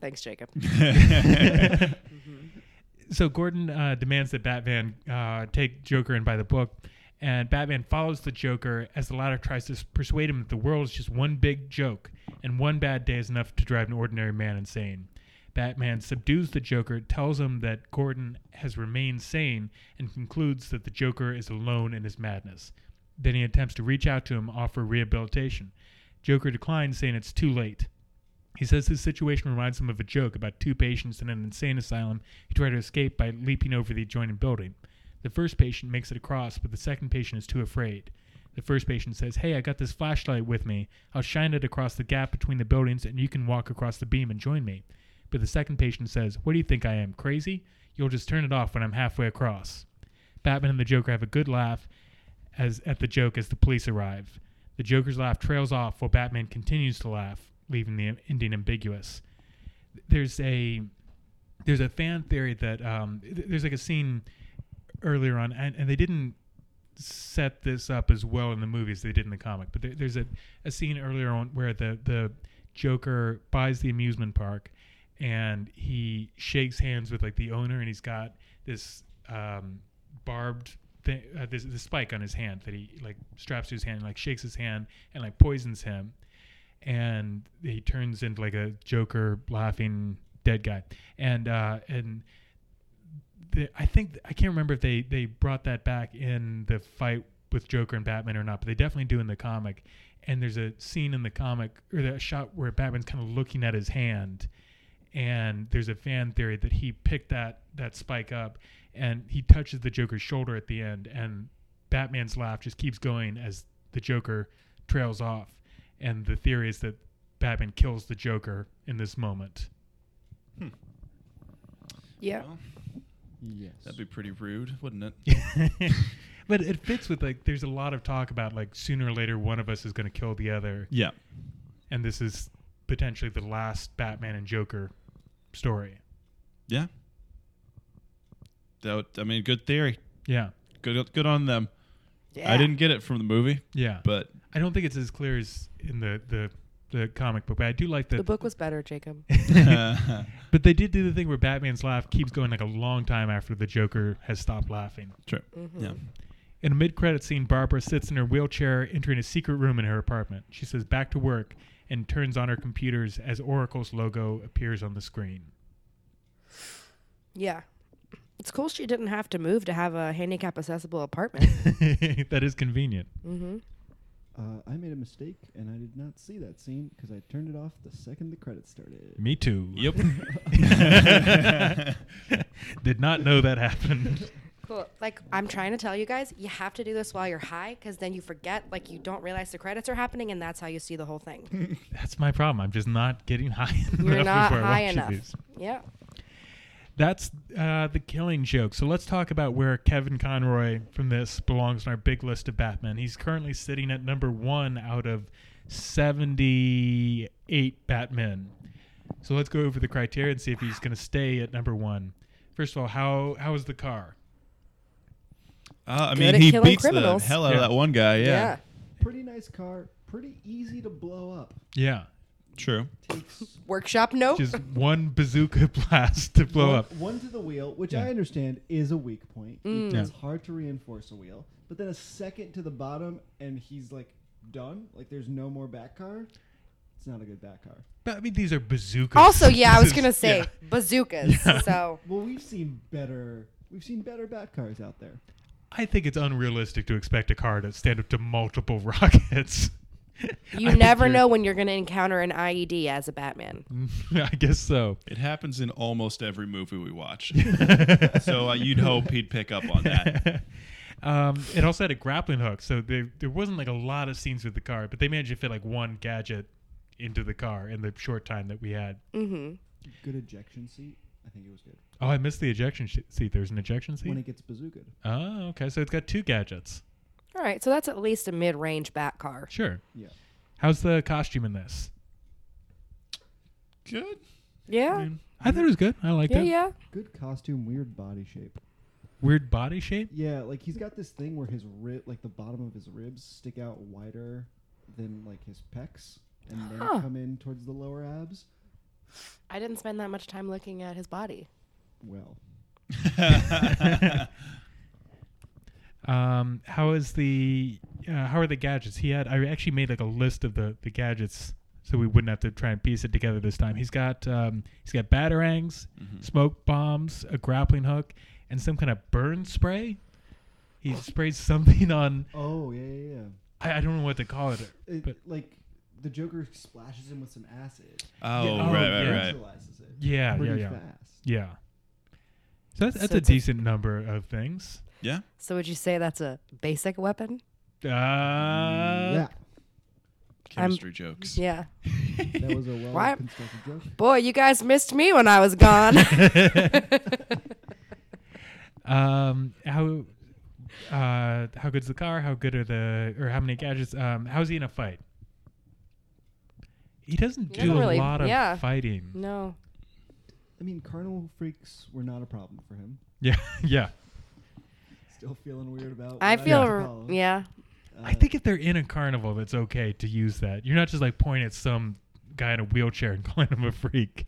Thanks, Jacob. so Gordon uh, demands that Batman uh, take Joker in by the book, and Batman follows the Joker as the latter tries to s- persuade him that the world is just one big joke, and one bad day is enough to drive an ordinary man insane. Batman subdues the Joker, tells him that Gordon has remained sane, and concludes that the Joker is alone in his madness. Then he attempts to reach out to him, offer rehabilitation. Joker declines, saying it's too late. He says his situation reminds him of a joke about two patients in an insane asylum who try to escape by leaping over the adjoining building. The first patient makes it across, but the second patient is too afraid. The first patient says, Hey, I got this flashlight with me. I'll shine it across the gap between the buildings, and you can walk across the beam and join me. But the second patient says, What do you think I am, crazy? You'll just turn it off when I'm halfway across. Batman and the Joker have a good laugh as at the joke as the police arrive. The Joker's laugh trails off while Batman continues to laugh, leaving the ending ambiguous. There's a there's a fan theory that um, th- there's like a scene earlier on, and, and they didn't set this up as well in the movie as they did in the comic. But there, there's a, a scene earlier on where the the Joker buys the amusement park, and he shakes hands with like the owner, and he's got this um, barbed thing, uh, this, this spike on his hand that he like straps to his hand and like shakes his hand and like poisons him, and he turns into like a Joker laughing dead guy, and uh, and the, I think I can't remember if they they brought that back in the fight with Joker and Batman or not, but they definitely do in the comic. And there's a scene in the comic or the shot where Batman's kind of looking at his hand, and there's a fan theory that he picked that that spike up and he touches the Joker's shoulder at the end, and Batman's laugh just keeps going as the Joker trails off. And the theory is that Batman kills the Joker in this moment. Yeah. Well, Yes. that'd be pretty rude, wouldn't it? but it fits with like there's a lot of talk about like sooner or later one of us is going to kill the other Yeah. and this is potentially the last Batman and Joker story. Yeah. That would, I mean, good theory. Yeah. Good, good on them. Yeah. I didn't get it from the movie, Yeah. But I but don't think it's as clear as in the the the comic book, but I do like The book was better, Jacob. uh, But they did do the thing where Batman's laugh keeps going like a long time after the Joker has stopped laughing. true. Mm-hmm. Yeah. In a mid-credit scene, Barbara sits in her wheelchair, entering a secret room in her apartment. She says "back to work" and turns on her computers as Oracle's logo appears on the screen. Yeah. It's cool she didn't have to move to have a handicap accessible apartment. that is convenient. mm-hmm. Uh, I made a mistake and I did not see that scene because I turned it off the second the credits started. Me too. Yep. Did not know that happened. Cool. Like I'm trying to tell you guys, you have to do this while you're high because then you forget. Like you don't realize the credits are happening, and that's how you see the whole thing. That's my problem. I'm just not getting high enough. You're not before I high watch enough. these. Yeah. That's uh, the killing joke. So let's talk about where Kevin Conroy from this belongs in our big list of Batman. He's currently sitting at number one out of 78 Batmen. So let's go over the criteria and see if he's going to stay at number one. First of all, how how is the car? Uh, I Good mean, at he killing beats criminals. the hell out Yeah. of that one guy. Yeah. Pretty nice car, pretty easy to blow up. Yeah, True. Takes Workshop nope. just one bazooka blast to blow one, up. one to the wheel, which Yeah. I understand is a weak point. Mm. Yeah. It's hard to reinforce a wheel, but then a second to the bottom and he's like done. Like there's no more back car. It's not a good back car. But I mean, these are bazookas. also, yeah, I was This is- gonna say yeah. bazookas. So Well, we've seen better. We've seen better bat cars out there. I think it's unrealistic to expect a car to stand up to multiple rockets. you I think never you're- know when you're gonna encounter an IED as a Batman. Mm. I guess so. It happens in almost every movie we watch. so uh, you'd hope he'd pick up on that. um, it also had a grappling hook, so there there wasn't like a lot of scenes with the car, but they managed to fit like one gadget into the car in the short time that we had. Mm-hmm. Good ejection seat. I think it was good. Oh, I missed the ejection sh- seat. There's an ejection When seat. it gets bazookaed. Oh, okay. So it's got two gadgets. All right, so that's at least a mid-range bat car. Sure. Yeah. How's the costume in this? Good. I, Yeah. mean, I thought it was good. I liked Yeah, it. yeah. Good costume, weird body shape. Weird body shape. Yeah, like he's got this thing where his rib, like the bottom of his ribs, stick out wider than like his pecs, and then Huh. come in towards the lower abs. I didn't spend that much time looking at his body. Well, Oh, Um, how is the uh, how are the gadgets? He had I actually made like a list of the the gadgets so we wouldn't have to try and piece it together this time. He's got um, he's got batarangs, smoke bombs, a grappling hook, and some kind of burn spray. He sprays something on oh yeah, yeah, yeah. I, I don't know what to call it. It, But- like the Joker splashes him with some acid. Oh, Yeah. right, Oh, right, yeah. right. Neutralizes it. Yeah, yeah, pretty yeah, fast. yeah. So that's, that's So a it's a- decent number of things. Yeah. So would you say that's a basic weapon? Uh, yeah, Chemistry jokes. Yeah. that was a well Why- constructed joke. Boy, you guys missed me when I was gone. Um, how uh, how good's the car? How good are the or how many gadgets? Um, how's he in a fight? He doesn't He do doesn't a really- lot of yeah. fighting. no. I mean, carnal freaks were not a problem for him. Yeah, yeah. Still feeling weird about. I what feel, have to r- call him. yeah. I Uh, think if they're in a carnival, that's okay to use that. You're not just like pointing at some guy in a wheelchair and calling him a freak.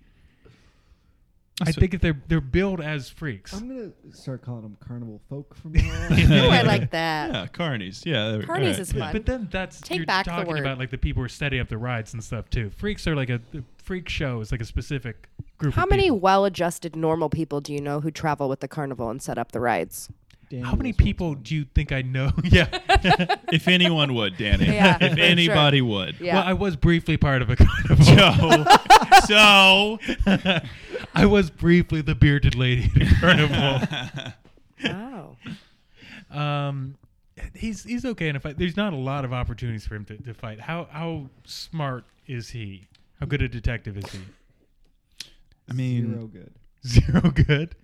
I So- think if they're they're billed as freaks. Um, I'm gonna start calling them carnival folk from now on. Ooh, I like that. Yeah, carnies. Yeah, there we- Carnies alright. is fun. But then that's Take you're back the talking word. about like the people who are setting up the rides and stuff too. Freaks are like a the freak show is like a specific group. How of many people. well-adjusted normal people do you know who travel with the carnival and set up the rides? How many Daniels wants people one. do you think I know? yeah. If anyone would, Danny. Yeah, for if sure. anybody would. Yeah. Well, I was briefly part of a carnival. So, I was briefly the bearded lady at a carnival. wow. um, he's he's okay in a fight. There's not a lot of opportunities for him to, to fight. How how smart is he? How good a detective is he? I mean, Zero good. Zero good.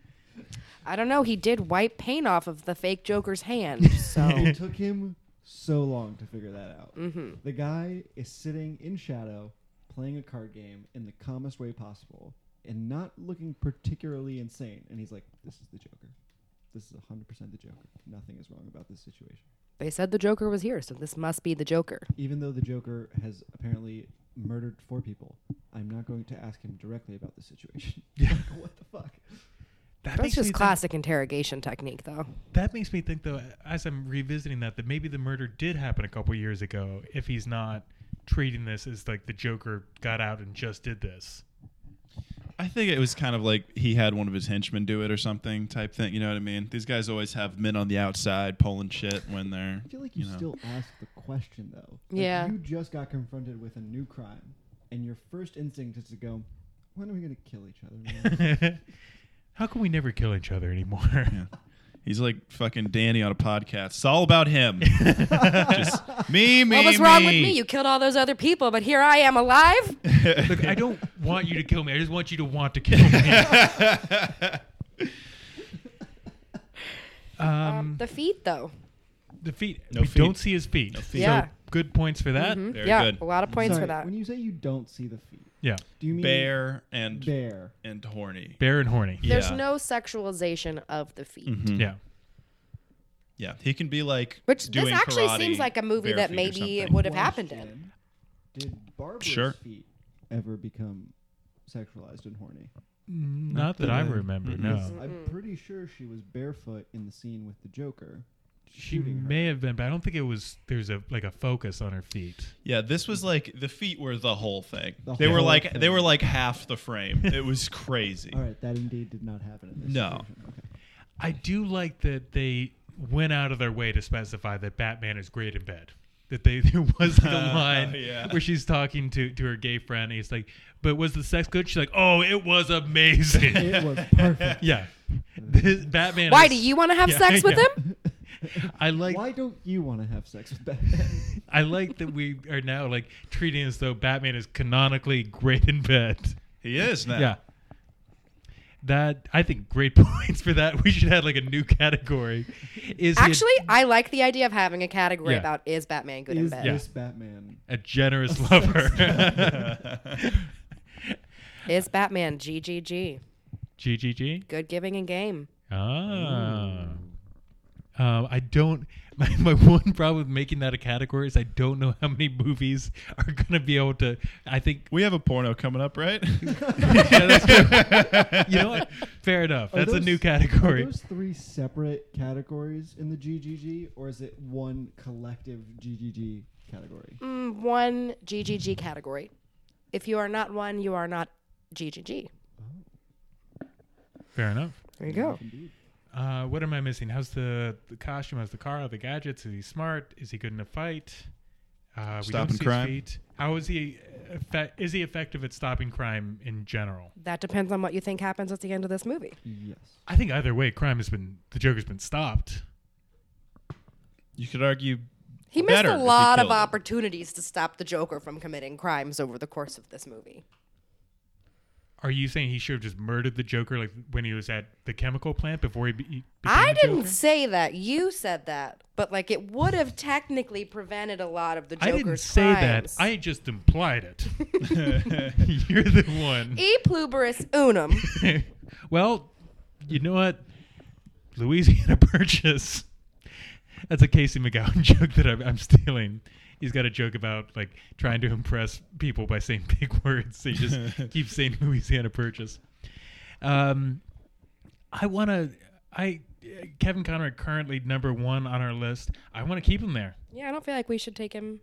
I don't know. He did wipe paint off of the fake Joker's hand. So, it took him so long to figure that out. Mm-hmm. The guy is sitting in shadow, playing a card game in the calmest way possible, and not looking particularly insane. And he's like, "This is the Joker. This is 100% the Joker. Nothing is wrong about this situation." they said the Joker was here, so this must be the Joker. Even though the Joker has apparently murdered four people, I'm not going to ask him directly about the situation. Yeah. Like, what the fuck? That That's makes me just think- classic interrogation technique, though. that makes me think though, as I'm revisiting that, that maybe the murder did happen a couple years ago. If he's not treating this as like the Joker got out and just did this. I think it was kind of like he had one of his henchmen do it or something type thing. You know what I mean? These guys always have men on the outside pulling shit when they're. I feel like you, know. still ask the question though. Like, Yeah. You just got confronted with a new crime, and your first instinct is to go, "When are we gonna kill each other?" man?" How can we never kill each other anymore? He's like fucking Danny on a podcast. It's all about him. Just me, me, What was wrong with me. me? You killed all those other people, but here I am alive. Look, I don't want you to kill me. I just want you to want to kill me. Um, the feet, though. The feet. No we feet. don't see his feet. feet. So Yeah. good points for that. Mm-hmm. Mhm. Very yeah, good. a Oh, lot of points Sorry, for that. When you say you don't see the feet, Yeah. do you mean Bear and Bear. and horny. Bare and horny. Yeah. There's no sexualization of the feet, Mhm. Yeah. Yeah, he can be like which this doing actually karate, seems like a movie bare that feet or maybe something. would have happened in. Question, Did Barbara's Sure. feet ever become sexualized and horny? Not that I Mm-hmm. remember. No. I'm pretty sure she was barefoot in the scene with the Joker. She may have been, but I don't think it was. There's a like a focus on her feet. Yeah, this was like the feet were the whole thing. The they were whole like thing. they were like half the frame. it was crazy. All right, that indeed did not happen in this. No. version. Okay. I do like that they went out of their way to specify that Batman is great in bed. That they there was the line yeah. where she's talking to to her gay friend. And he's like, "But was the sex good?" She's like, "Oh, it was amazing." It was perfect. yeah, this Batman. Why is- do you want to have Yeah, sex with yeah. him? I like. Why don't you want to have sex with Batman? I like that we are now like treating as though Batman is canonically great in bed. He is now. Yeah. That I think great points for that. We should add like a new category. Is he a- Actually, I like the idea of having a category Yeah. about is Batman good in Is bed? this Batman? a generous lover. Is Batman GGG? GGG. Good giving and game. Ah. Um, I don't. My, my one problem with making that a category is I don't know how many movies are going to be able to. I think. We have a porno coming up, right? Yeah, that's true. you know what? Fair enough. Are That's a those- new category. Are those three separate categories in the GGG, or is it one collective GGG category? Mm, one GGG category. If you are not one, you are not GGG. Fair enough. There you go. Indeed. Uh, what am I missing? How's the, the costume? How's the car? How the gadgets? Is he smart? Is he good in a fight? Uh, we don't Stopping see his crime. feet. How is he? Effect- is he effective at stopping crime in general? That depends on what you think happens at the end of this movie. Yes. I think either way, crime has been the Joker's been stopped. you could argue He missed better a if he lot of killed him. opportunities to stop the Joker from committing crimes over the course of this movie. Are you saying he should have just murdered the Joker like when he was at the chemical plant before he? Be- he became I the didn't Joker? say that. You said that. But like it would have technically prevented a lot of the I Joker's didn't say crimes. that. I just implied it. You're the one. E pluribus unum. well, you know what? Louisiana Purchase. That's a Casey McGowan joke that I'm, I'm stealing. He's got a joke about like trying to impress people by saying big words. So he just keeps saying Louisiana Purchase. Um, I want to. I Kevin Conrad currently number one on our list. I want to keep him there. yeah, I don't feel like we should take him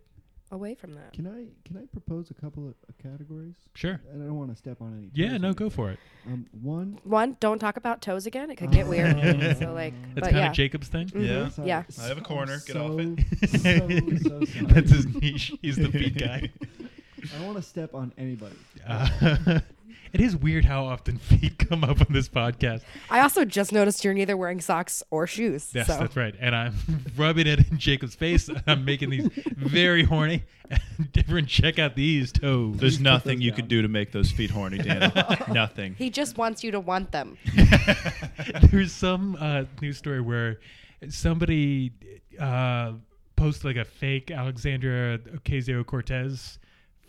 away from that. Can I can I propose a couple of uh, categories? Sure. And I don't want to step on any. Yeah. toes No. here. Go for it. Um, one. One, don't talk about toes again. It could get weird. so like, That's but kind of yeah. Mm-hmm. Jacob's thing. Yeah. sorry. Yeah. I have a corner. Get off So, so, so sorry. That's his niche. He's the feet guy. I don't want to step on anybody. Oh, Uh, it is weird how often feet come up on this podcast. I also just noticed you're neither wearing socks or shoes. Yes, so that's right. And I'm rubbing it in Jacob's face. I'm making these very horny. Different. Check out these toes. There's nothing those you down. could do to make those feet horny, Dan. nothing. he just wants you to want them. There's some uh, news story where somebody uh, posted like a fake Alexandria Ocasio Cortez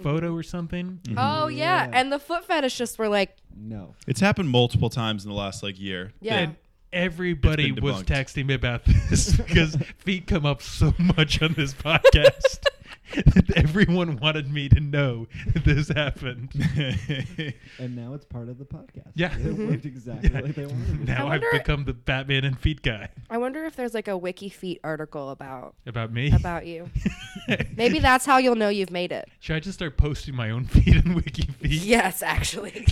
photo or something. Oh yeah. Yeah. and the foot fetishists were like, No. It's happened multiple times in the last like year. yeah, And everybody It's been was debunked. texting me about this because feet come up so much on this podcast. that everyone wanted me to know that this happened. and now it's part of the podcast. Yeah. it worked exactly Yeah. like they wanted. it. now I've Mm-hmm. wonder- become the Batman and feet guy I wonder if there's like a wiki feet article about about me. about you. Maybe that's how you'll know you've made it. Should I just start posting my own feet in Wiki feet? Yes, actually.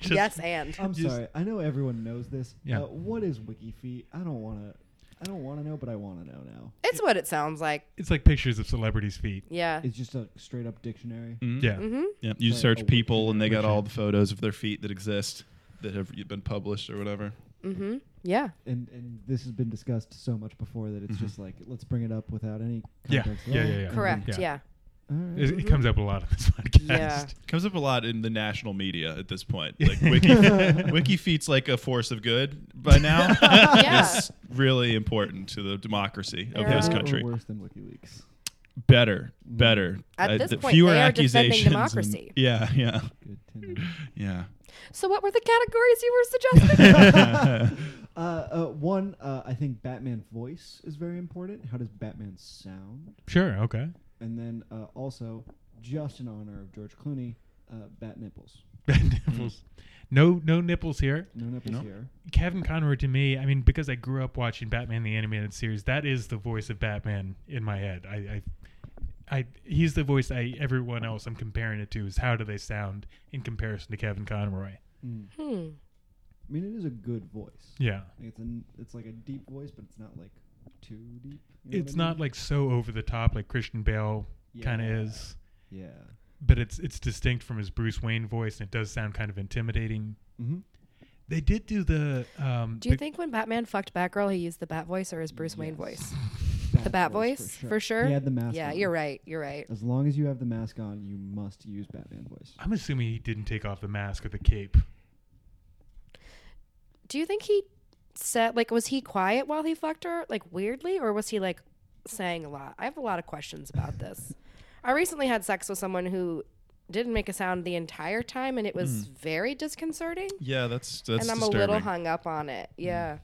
Just- yes, and I'm Just- sorry. I know everyone knows this. Yeah. Uh, what is Wiki feet? I don't want to. I don't want to know, but I want to know now. it's what it sounds like. It's like pictures of celebrities' feet. Yeah. It's just a straight up dictionary. Mm-hmm. Yeah. Yeah, you Like, oh, search people and they got all the photos of their feet that exist that have been published or whatever. Mm-hmm. Yeah. and and this has been discussed so much before that it's just like let's bring it up without any Mm-hmm. Yeah. context. at Yeah, all. yeah, yeah. Correct. Yeah. Yeah. All right. It, it comes up a lot on this podcast. Mm-hmm. Yeah. Comes up a lot in the national media at this point. Like Wiki, WikiFeet's like a force of good by now. Yeah. It's really important to the democracy of Yeah. this Better or country. worse than WikiLeaks. Better, better. At this th- point, they are defending and- democracy. yeah, yeah, Good to yeah. So what were the categories you were suggesting? know. uh, uh, one, uh, I think Batman voice is very important. How does Batman sound? Sure. Okay. And then uh, also, just in honor of George Clooney, uh, bat nipples. Mm-hmm. nipples. No, no nipples here. No nipples here. Kevin Conroy to me, I mean, because I grew up watching Batman the animated series, that is the voice of Batman in my head. I, I, I he's the voice I everyone else I'm comparing it to is how do they sound in comparison to Kevin Conroy? Mm. hmm. I mean, it is a good voice. Yeah, Like, it's an, it's like a deep voice, but it's not like too deep. you know what it's I not mean? like so over the top like Christian Bale kind of Yeah. is, Yeah. but it's it's distinct from his Bruce Wayne voice, and it does sound kind of intimidating. Mm-hmm. They did do the. Um, Do you the- think when Batman fucked Batgirl, he used the Bat voice or his Bruce Wayne Yes. voice? Bat The Bat voice, for, sure. He had the mask. yeah, on. you're right. You're right. As long as you have the mask on, you must use Batman voice. I'm assuming he didn't take off the mask or the cape. Do you think he said like was he quiet while he fucked her like weirdly or was he like saying a lot? I have a lot of questions about this. I recently had sex with someone who didn't make a sound the entire time and it was very disconcerting Yeah, that's Hmm. that's and I'm disturbing. Hmm. a little hung up on it. Yeah.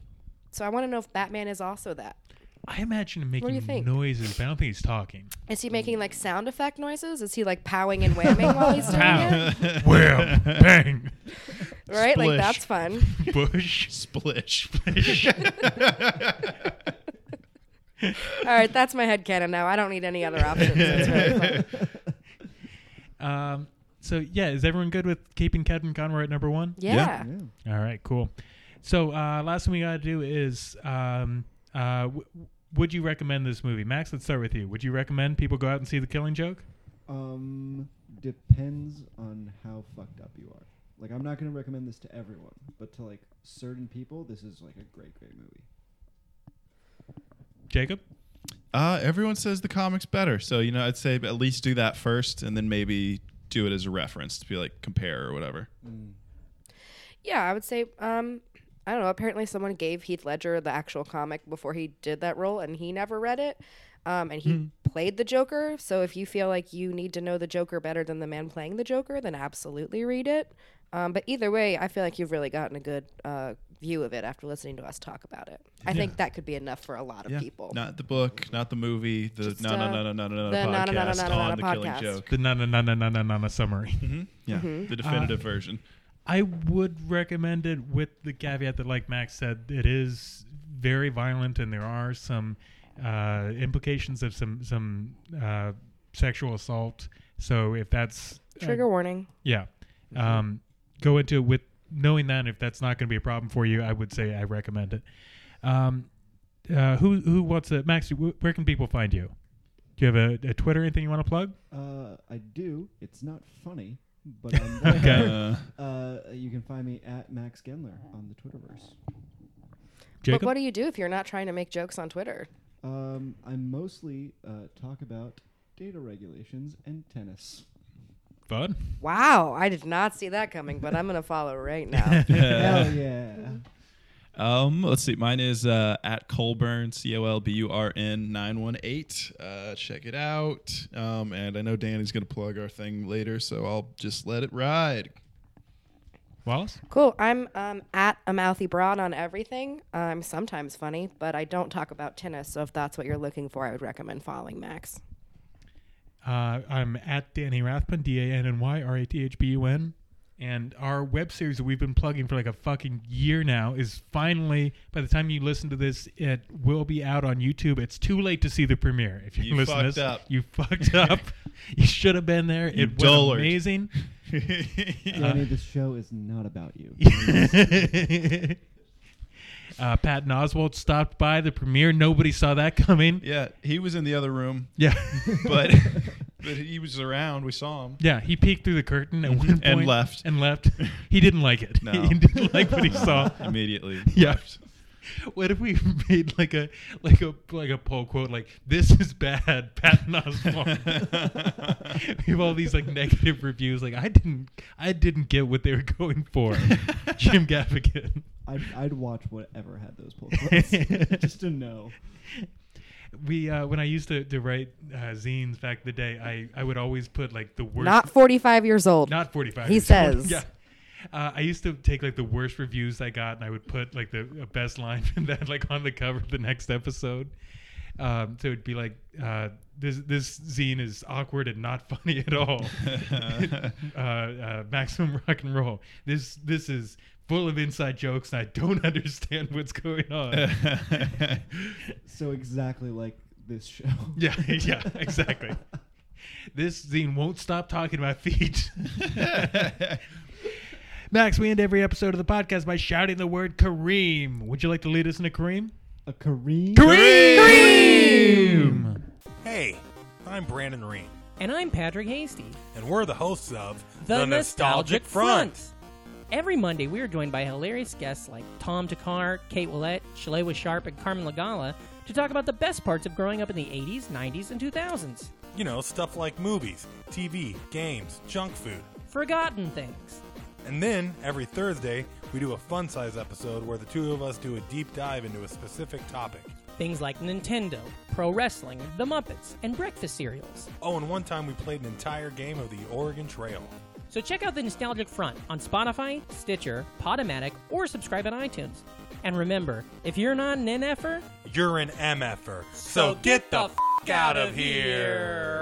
So I want to know if Batman is also that. I imagine him do you making think? noises, but I don't think he's talking. Is Hmm. he making like sound effect noises? Is he like powing and whamming while he's doing it? Wham, bang, Right? Like Splish. that's fun. bush. Splish. All right, that's my headcanon now. I don't need any other options. It's really fun. Um, so yeah, is everyone good with keeping Kevin Conroy at number one? Yeah. Yeah. Yeah. All right, cool. So uh, last thing we got to do is, um, uh, w- would you recommend this movie, Max? Let's start with you. Would you recommend people go out and see The Killing Joke? Um, depends on how fucked up you are. Like, I'm not gonna recommend this to everyone, but to like certain people, this is like a great, great movie. Jacob, Uh, everyone says the comics better, so you know I'd say at least do that first, and then maybe do it as a reference to be like compare or whatever. Yeah, I would say um I don't know, apparently someone gave Heath Ledger the actual comic before he did that role and he never read it. Um and he Mm-hmm. played the Joker, so if you feel like you need to know the Joker better than the man playing the Joker, then absolutely read it. Um, but either way, I feel like you've really gotten a good uh, view of it after listening to us talk about it. I think that could be enough for a lot of Yeah. people. Not the book, not the movie, the Just, no no uh, no no no no no the na- na- na- na- podcast na- na- on the na- Killing podcast. Joke. Mm-hmm. the na na na na na na na na summary. Yeah, the definitive version. I would recommend it with the caveat that, like Max said, it is very violent and there are some uh, implications of some some uh, sexual assault. So if that's uh, Trigger warning. yeah, um, go into it with knowing that. and If that's not going to be a problem for you, I would say I recommend it. Um, uh, who who wants it, Max? wh- Where can people find you? Do you have a, a Twitter? Anything you want to plug? Uh, I do. It's not funny, but I'm Okay. Uh, Uh, you can find me at Max Gendler on the Twitterverse. Jacob, But what do you do if you're not trying to make jokes on Twitter? Um, I mostly uh, talk about data regulations and tennis. Bud. Wow, I did not see that coming, but I'm gonna follow right now. Hell yeah! Um, let's see. Mine is uh, at Colburn, C O L B U R N nine one eight. Uh, check it out. Um, and I know Danny's gonna plug our thing later, so I'll just let it ride. Wallace. Cool. I'm um, at a mouthy broad on everything. I'm sometimes funny, but I don't talk about tennis. So if that's what you're looking for, I would recommend following Max. Uh, I'm at Danny Rathbun, D A N N Y R A T H B U N. And our web series that we've been plugging for like a fucking year now is finally, by the time you listen to this, it will be out on YouTube. It's too late to see the premiere. If you, You listen to fucked this, up. you fucked up. you should have been there. You it was dullard. amazing. Danny, this show is not about you. uh, Patton Oswald stopped by the premiere. Nobody saw that coming. yeah, he was in the other room, Yeah. but but he was around. We saw him. Yeah, he peeked through the curtain at one point And left. and left. He didn't like it. No. He didn't like what he saw. immediately. Yeah. left. What if we made like a like a like a poll quote like this is bad, Patton Oswald. we have all these like negative reviews. Like I didn't I didn't get what they were going for. Jim Gaffigan. I'd, I'd watch whatever had those pull quotes just to know. We uh, when I used to, to write uh, zines back in the day, I, I would always put like the worst Not 45 years old. not 45 He years old. says. yeah uh, i used to take like the worst reviews i got and i would put like the uh, best line from that like on the cover of the next episode um, so it'd be like uh, this this zine is awkward and not funny at all uh, uh, maximum rock and roll this this is full of inside jokes and i don't understand what's going on So exactly like this show. yeah yeah exactly this zine won't stop talking about feet Max, we end every episode of the podcast by shouting the word Kareem. Would you like to lead us into Kareem? A Kareem. Kareem! Hey, I'm Brandon Ream, And I'm Patrick Hasty, and we're the hosts of Every Monday, we are joined by hilarious guests like Tom Takar, Kate Willette, Shalewa Sharp, and Carmen Lagala to talk about the best parts of growing up in the 80s, 90s, and 2000s. You know, stuff like movies, TV, games, junk food. Forgotten things. And then, every Thursday, we do a fun size episode where the two of us do a deep dive into a specific topic. Things like Nintendo, pro wrestling, the Muppets, and breakfast cereals. Oh, and one time we played an entire game of the Oregon Trail. So check out the Nostalgic Front on Spotify, Stitcher, Podomatic, or subscribe on iTunes. And remember, if you're not an er, NFer, You're an MFer, so, get the f out of here.